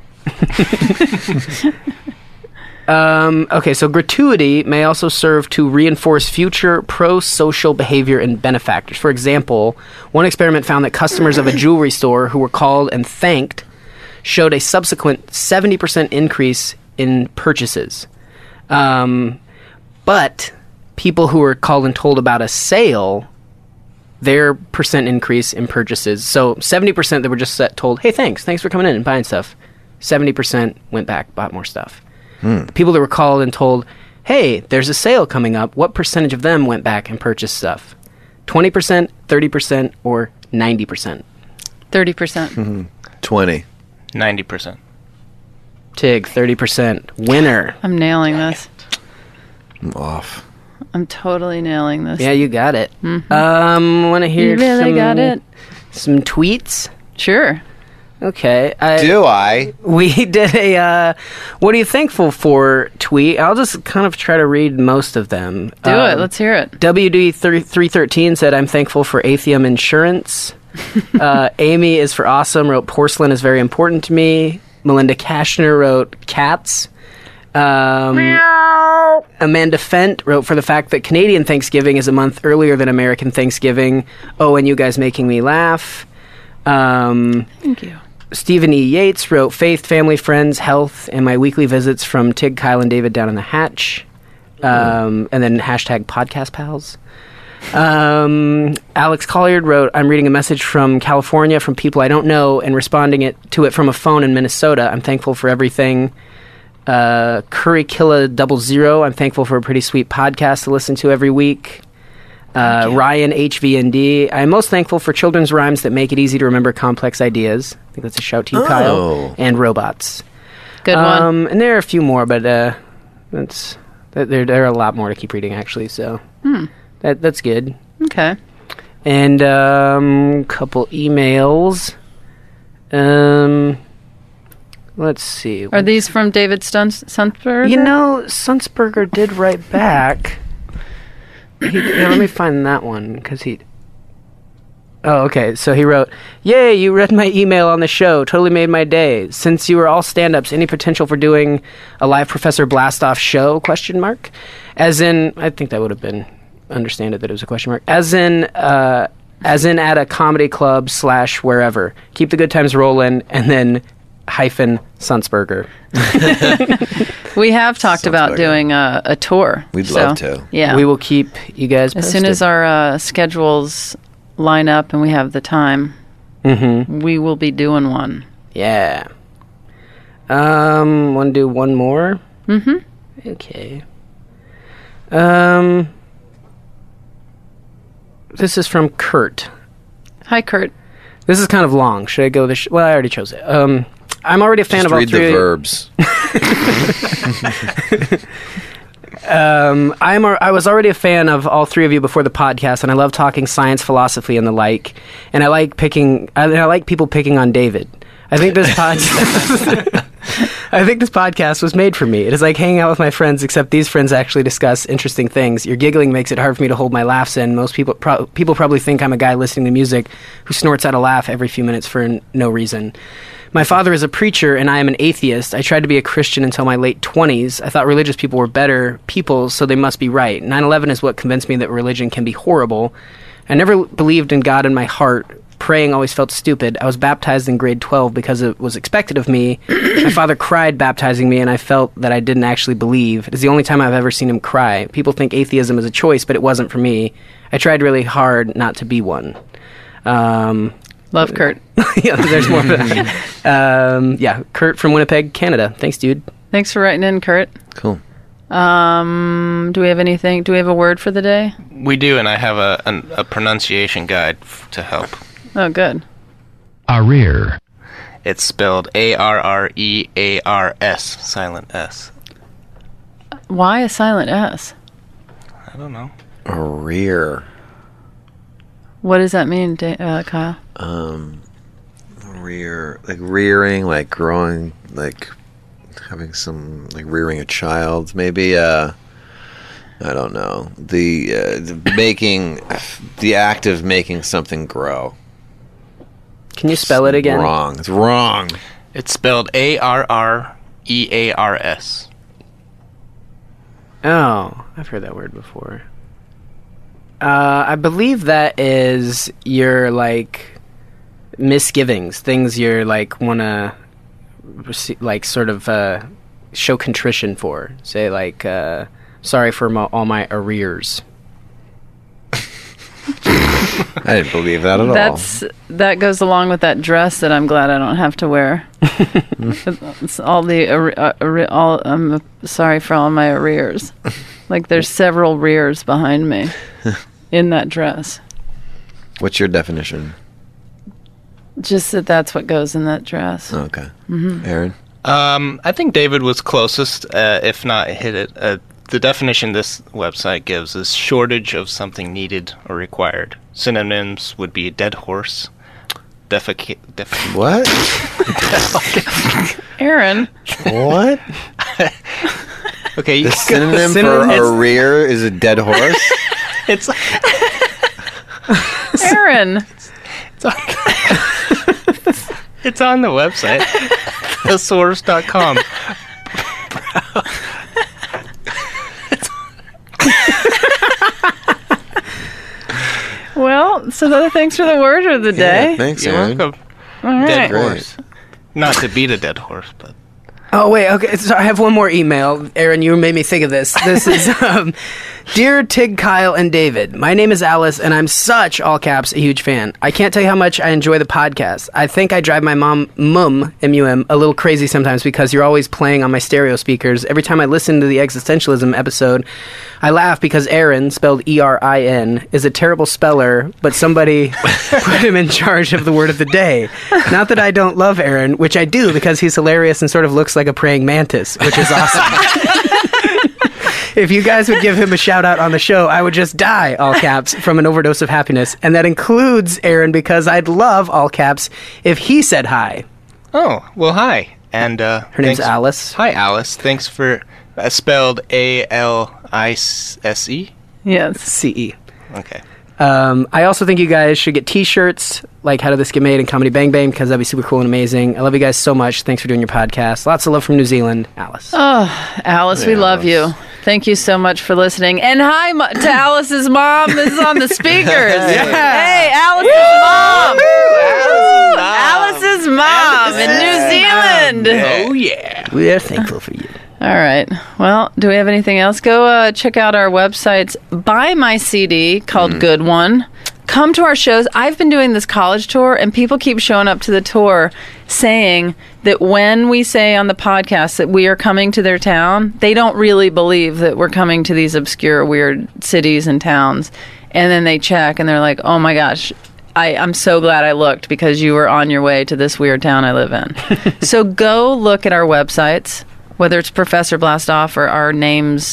Speaker 11: um, okay. So gratuity may also serve to reinforce future pro-social behavior and benefactors. For example, one experiment found that customers of a jewelry store who were called and thanked showed a subsequent 70% increase in purchases. Um, but people who were called and told about a sale, their percent increase in purchases. So 70% that were just set, told, hey, thanks, thanks for coming in and buying stuff. 70% went back, bought more stuff. The People that were called and told, hey, there's a sale coming up, what percentage of them went back and purchased stuff? 20%, 30%, or 90%?
Speaker 5: Thirty percent.
Speaker 6: Twenty.
Speaker 8: Ninety percent.
Speaker 11: Tig, 30%. Winner.
Speaker 5: I'm nailing this.
Speaker 6: I'm off.
Speaker 5: I'm totally nailing this.
Speaker 11: Yeah, you got it. Um, want to hear
Speaker 5: Mm-hmm. you really
Speaker 11: some,
Speaker 5: got it.
Speaker 11: some tweets?
Speaker 5: Sure.
Speaker 11: Okay. I,
Speaker 6: Do I?
Speaker 11: we did a uh, what are you thankful for tweet. I'll just kind of try to read most of them. Um,
Speaker 5: Do it. Let's hear it.
Speaker 11: WD three thirteen said, "I'm thankful for Atheum Insurance." uh, Amy is for awesome. Wrote porcelain is very important to me. Melinda Kashner wrote cats. Um, Amanda Fent wrote for the fact that Canadian Thanksgiving is a month earlier than American Thanksgiving. Oh, and you guys making me laugh. Um,
Speaker 5: Thank you.
Speaker 11: Stephen E. Yates wrote Faith, Family, Friends, Health, and my weekly visits from Tig, Kyle, and David down in the hatch. Um, and then hashtag podcast pals. Um, Alex Colliard wrote, I'm reading a message from California from people I don't know and responding it to it from a phone in Minnesota. I'm thankful for everything. Uh, Curry Killa Double Zero, I'm thankful for a pretty sweet podcast to listen to every week. Uh, Ryan HVND. I'm most thankful for children's rhymes that make it easy to remember complex ideas. I think that's a shout to you, Kyle. And robots.
Speaker 5: Good one.
Speaker 11: Um, and there are a few more, but uh, that's that- there. There are a lot more to keep reading, actually. So
Speaker 5: Hmm.
Speaker 11: that that's good.
Speaker 5: Okay.
Speaker 11: And um, couple emails. Um, let's see.
Speaker 5: Are these from David Stun- Sunberg?
Speaker 11: You know, Sunsberger did write back. He, yeah, let me find that one because he. Oh, okay. So he wrote, "Yay, you read my email on the show. Totally made my day. Since you were all stand-ups, any potential for doing a live Professor Blastoff show? Question mark. As in, I think that would have been understand it that it was a question mark. As in, uh, as in at a comedy club slash wherever. Keep the good times rolling, and then hyphen Sunsberger.
Speaker 5: we have talked about
Speaker 6: like it.
Speaker 5: doing a, a tour.
Speaker 6: We'd
Speaker 5: so,
Speaker 6: love to.
Speaker 5: Yeah.
Speaker 11: We will keep you guys
Speaker 5: as soon
Speaker 11: posted.
Speaker 5: as our uh, schedules line up and we have the time,
Speaker 6: Mm-hmm.
Speaker 5: we will be doing one.
Speaker 11: Yeah. Um, want to do one more? Mm-hmm. Okay. Um, this is from Kurt.
Speaker 5: Hi, Kurt.
Speaker 11: This is kind of long. Should I go the? Sh- well, I already chose it. Um, I'm already a fan
Speaker 6: Just
Speaker 11: of all
Speaker 6: read the
Speaker 11: three.
Speaker 6: verbs.
Speaker 11: um, I'm a, I was already a fan of all three of you before the podcast, and I love talking science, philosophy, and the like. And I like picking. I, I like people picking on David. I think this podcast. I think this podcast was made for me. It is like hanging out with my friends, except these friends actually discuss interesting things. Your giggling makes it hard for me to hold my laughs in. Most people pro- people probably think I'm a guy listening to music who snorts out a laugh every few minutes for n- no reason. My father is a preacher and I am an atheist. I tried to be a Christian until my late 20s. I thought religious people were better people, so they must be right. 9 11 is what convinced me that religion can be horrible. I never believed in God in my heart. Praying always felt stupid. I was baptized in grade 12 because it was expected of me. my father cried baptizing me, and I felt that I didn't actually believe. It is the only time I've ever seen him cry. People think atheism is a choice, but it wasn't for me. I tried really hard not to be one. Um,
Speaker 5: Love Kurt.
Speaker 11: yeah, there's more. But, um, yeah, Kurt from Winnipeg, Canada. Thanks, dude.
Speaker 5: Thanks for writing in, Kurt.
Speaker 6: Cool.
Speaker 5: Um, do we have anything? Do we have a word for the day?
Speaker 8: We do, and I have a an, a pronunciation guide f- to help.
Speaker 5: Oh, good.
Speaker 12: Arrear.
Speaker 8: It's spelled A R R E A R S, silent S.
Speaker 5: Why a silent S?
Speaker 8: I don't know.
Speaker 6: Arrear.
Speaker 5: What does that mean, Da- uh, Kyle?
Speaker 6: Rear. Like rearing, like growing, like having some, like rearing a child, maybe. Uh, I don't know. The, uh, the making, the act of making something grow.
Speaker 11: Can you spell it again?
Speaker 6: Wrong. It's wrong.
Speaker 8: It's spelled A R R E A R S.
Speaker 11: Oh, I've heard that word before. Uh, I believe that is your like misgivings, things you're like wanna rece- like sort of uh, show contrition for. Say like uh, Sorry for my, all my arrears.
Speaker 6: I didn't believe that at
Speaker 5: That's that goes along with that dress that I'm glad I don't have to wear. it's all the arre- uh, arre- all. I'm sorry for all my arrears. Like there's several rears behind me in that dress.
Speaker 6: all. What's your definition?
Speaker 5: Just that that's what goes in that dress.
Speaker 6: Okay.
Speaker 8: Mm-hmm.
Speaker 6: Aaron?
Speaker 8: Um, I think David was closest, uh, if not hit it. Uh, the definition this website gives is shortage of something needed or required. Synonyms would be dead horse, defecate. Def-
Speaker 6: What?
Speaker 5: Aaron,
Speaker 6: what?
Speaker 8: okay, you-
Speaker 6: The synonym,
Speaker 11: Synonym is-
Speaker 6: for a rear is a dead horse?
Speaker 8: it's
Speaker 5: Aaron,
Speaker 8: it's on the website, thesaurus.com.
Speaker 5: Well, so the- thanks for the word of the day.
Speaker 6: Yeah, thanks,
Speaker 8: You're
Speaker 6: Aaron.
Speaker 8: welcome.
Speaker 5: All
Speaker 8: Dead
Speaker 5: right.
Speaker 8: horse. Not to beat a dead horse, but
Speaker 11: Oh wait, okay. So I have one more email, Aaron. You made me think of this. This is, um, dear Tig, Kyle, and David. My name is Alice, and I'm such all caps a huge fan. I can't tell you how much I enjoy the podcast. I think I drive my mom mum m u m a little crazy sometimes because you're always playing on my stereo speakers. Every time I listen to the existentialism episode, I laugh because Aaron, spelled E R I N, is a terrible speller, but somebody put him in charge of the word of the day. Not that I don't love Aaron, which I do because he's hilarious and sort of looks like a praying mantis, which is awesome. If you guys would give him a shout out on the show, I would just die, all caps, from an overdose of happiness. And that includes Aaron because I'd love, all caps, if he said hi.
Speaker 8: oh well. Hi, and uh,
Speaker 11: Her name's
Speaker 8: thanks-
Speaker 11: Alice.
Speaker 8: Hi, Alice. Thanks for uh, spelled A L I S E.
Speaker 5: Yes.
Speaker 11: CE.
Speaker 8: Okay.
Speaker 11: Um, I also think you guys should get T-shirts like "How Did This Get Made" and "Comedy Bang Bang" because that'd be super cool and amazing. I love you guys so much. Thanks for doing your podcast. Lots of love from New Zealand, Alice.
Speaker 5: Oh. Alice, we love you. Thank you so much for listening. And hi mo- to Alice's mom. This is on the speakers. Hey, Alice's mom. Woo! Alice's mom in New Zealand.
Speaker 8: Oh yeah.
Speaker 11: we are thankful for you.
Speaker 5: All right. Well, do we have anything else? Go uh, check out our websites. Buy my CD called Good One. Come to our shows. I've been doing this college tour, and people keep showing up to the tour saying that when we say on the podcast that we are coming to their town, they don't really believe that we're coming to these obscure, weird cities and towns. And then they check and they're like, oh my gosh, I, I'm so glad I looked because you were on your way to this weird town I live in. so go look at our websites, whether it's Professor Blastoff or our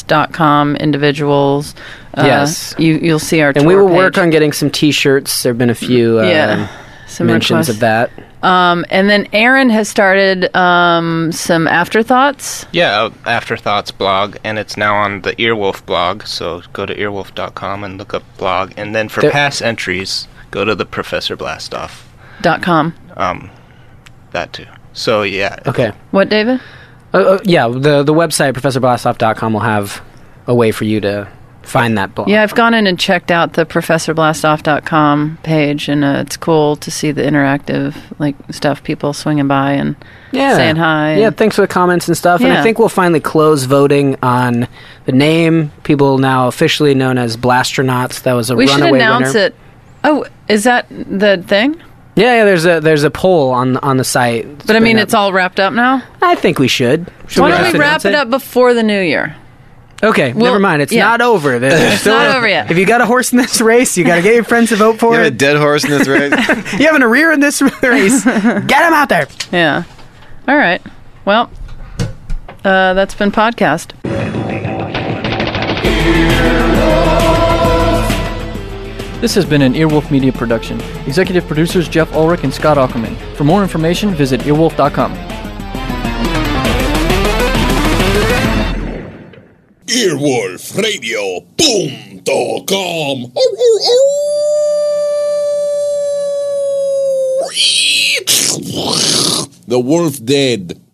Speaker 5: names.com individuals. Uh,
Speaker 11: Yes.
Speaker 5: You, you'll see our
Speaker 11: And we will work on getting some T-shirts. There've been a few uh,
Speaker 5: Yeah. some requests.
Speaker 11: mentions of that.
Speaker 5: Um, and then Aaron has started um, some afterthoughts.
Speaker 8: Yeah, uh, Afterthoughts blog, and it's now on the Earwolf blog. So go to earwolf.com and look up blog, and then for
Speaker 11: There-
Speaker 8: past entries, go to the Professor Blastoff.
Speaker 5: Dot com.
Speaker 8: Um, that too. So yeah,
Speaker 11: Okay.
Speaker 5: What, David?
Speaker 11: Uh, uh, yeah, the the website professorblastoff.com will have a way for you to find that blog.
Speaker 5: Yeah, I've gone in and checked out the professorblastoff.com page, and uh, it's cool to see the interactive like stuff people swinging by and
Speaker 11: yeah.
Speaker 5: saying hi.
Speaker 11: Yeah,
Speaker 5: and-
Speaker 11: thanks for the comments and stuff. And I
Speaker 5: Yeah.
Speaker 11: think we'll finally close voting on the name. People now officially known as Blastronauts. That was a
Speaker 5: we should
Speaker 11: runaway
Speaker 5: announce
Speaker 11: winner.
Speaker 5: it. Oh, is that the thing?
Speaker 11: Yeah, yeah. There's a there's a poll on on the site.
Speaker 5: But I mean, it's all wrapped up now.
Speaker 11: I think we should. Should
Speaker 5: Why
Speaker 11: just
Speaker 5: don't we wrap
Speaker 11: announce
Speaker 5: it up before the new year?
Speaker 11: Okay,
Speaker 5: Well,
Speaker 11: never mind. It's
Speaker 5: yeah.
Speaker 11: not over. There's
Speaker 5: It's
Speaker 11: still-
Speaker 5: not over yet.
Speaker 11: If you got a horse in this race, you got to get your friends to vote for
Speaker 6: You have a
Speaker 11: it.
Speaker 6: dead horse in this race?
Speaker 11: You have an rear in this race. get him out there.
Speaker 5: Yeah. All right. Well, uh, that's been podcast.
Speaker 7: This has been an Earwolf Media production. Executive producers Jeff Ulrich and Scott Ackerman. For more information, visit earwolf.com.
Speaker 3: Earwolfradio.com. The wolf dead.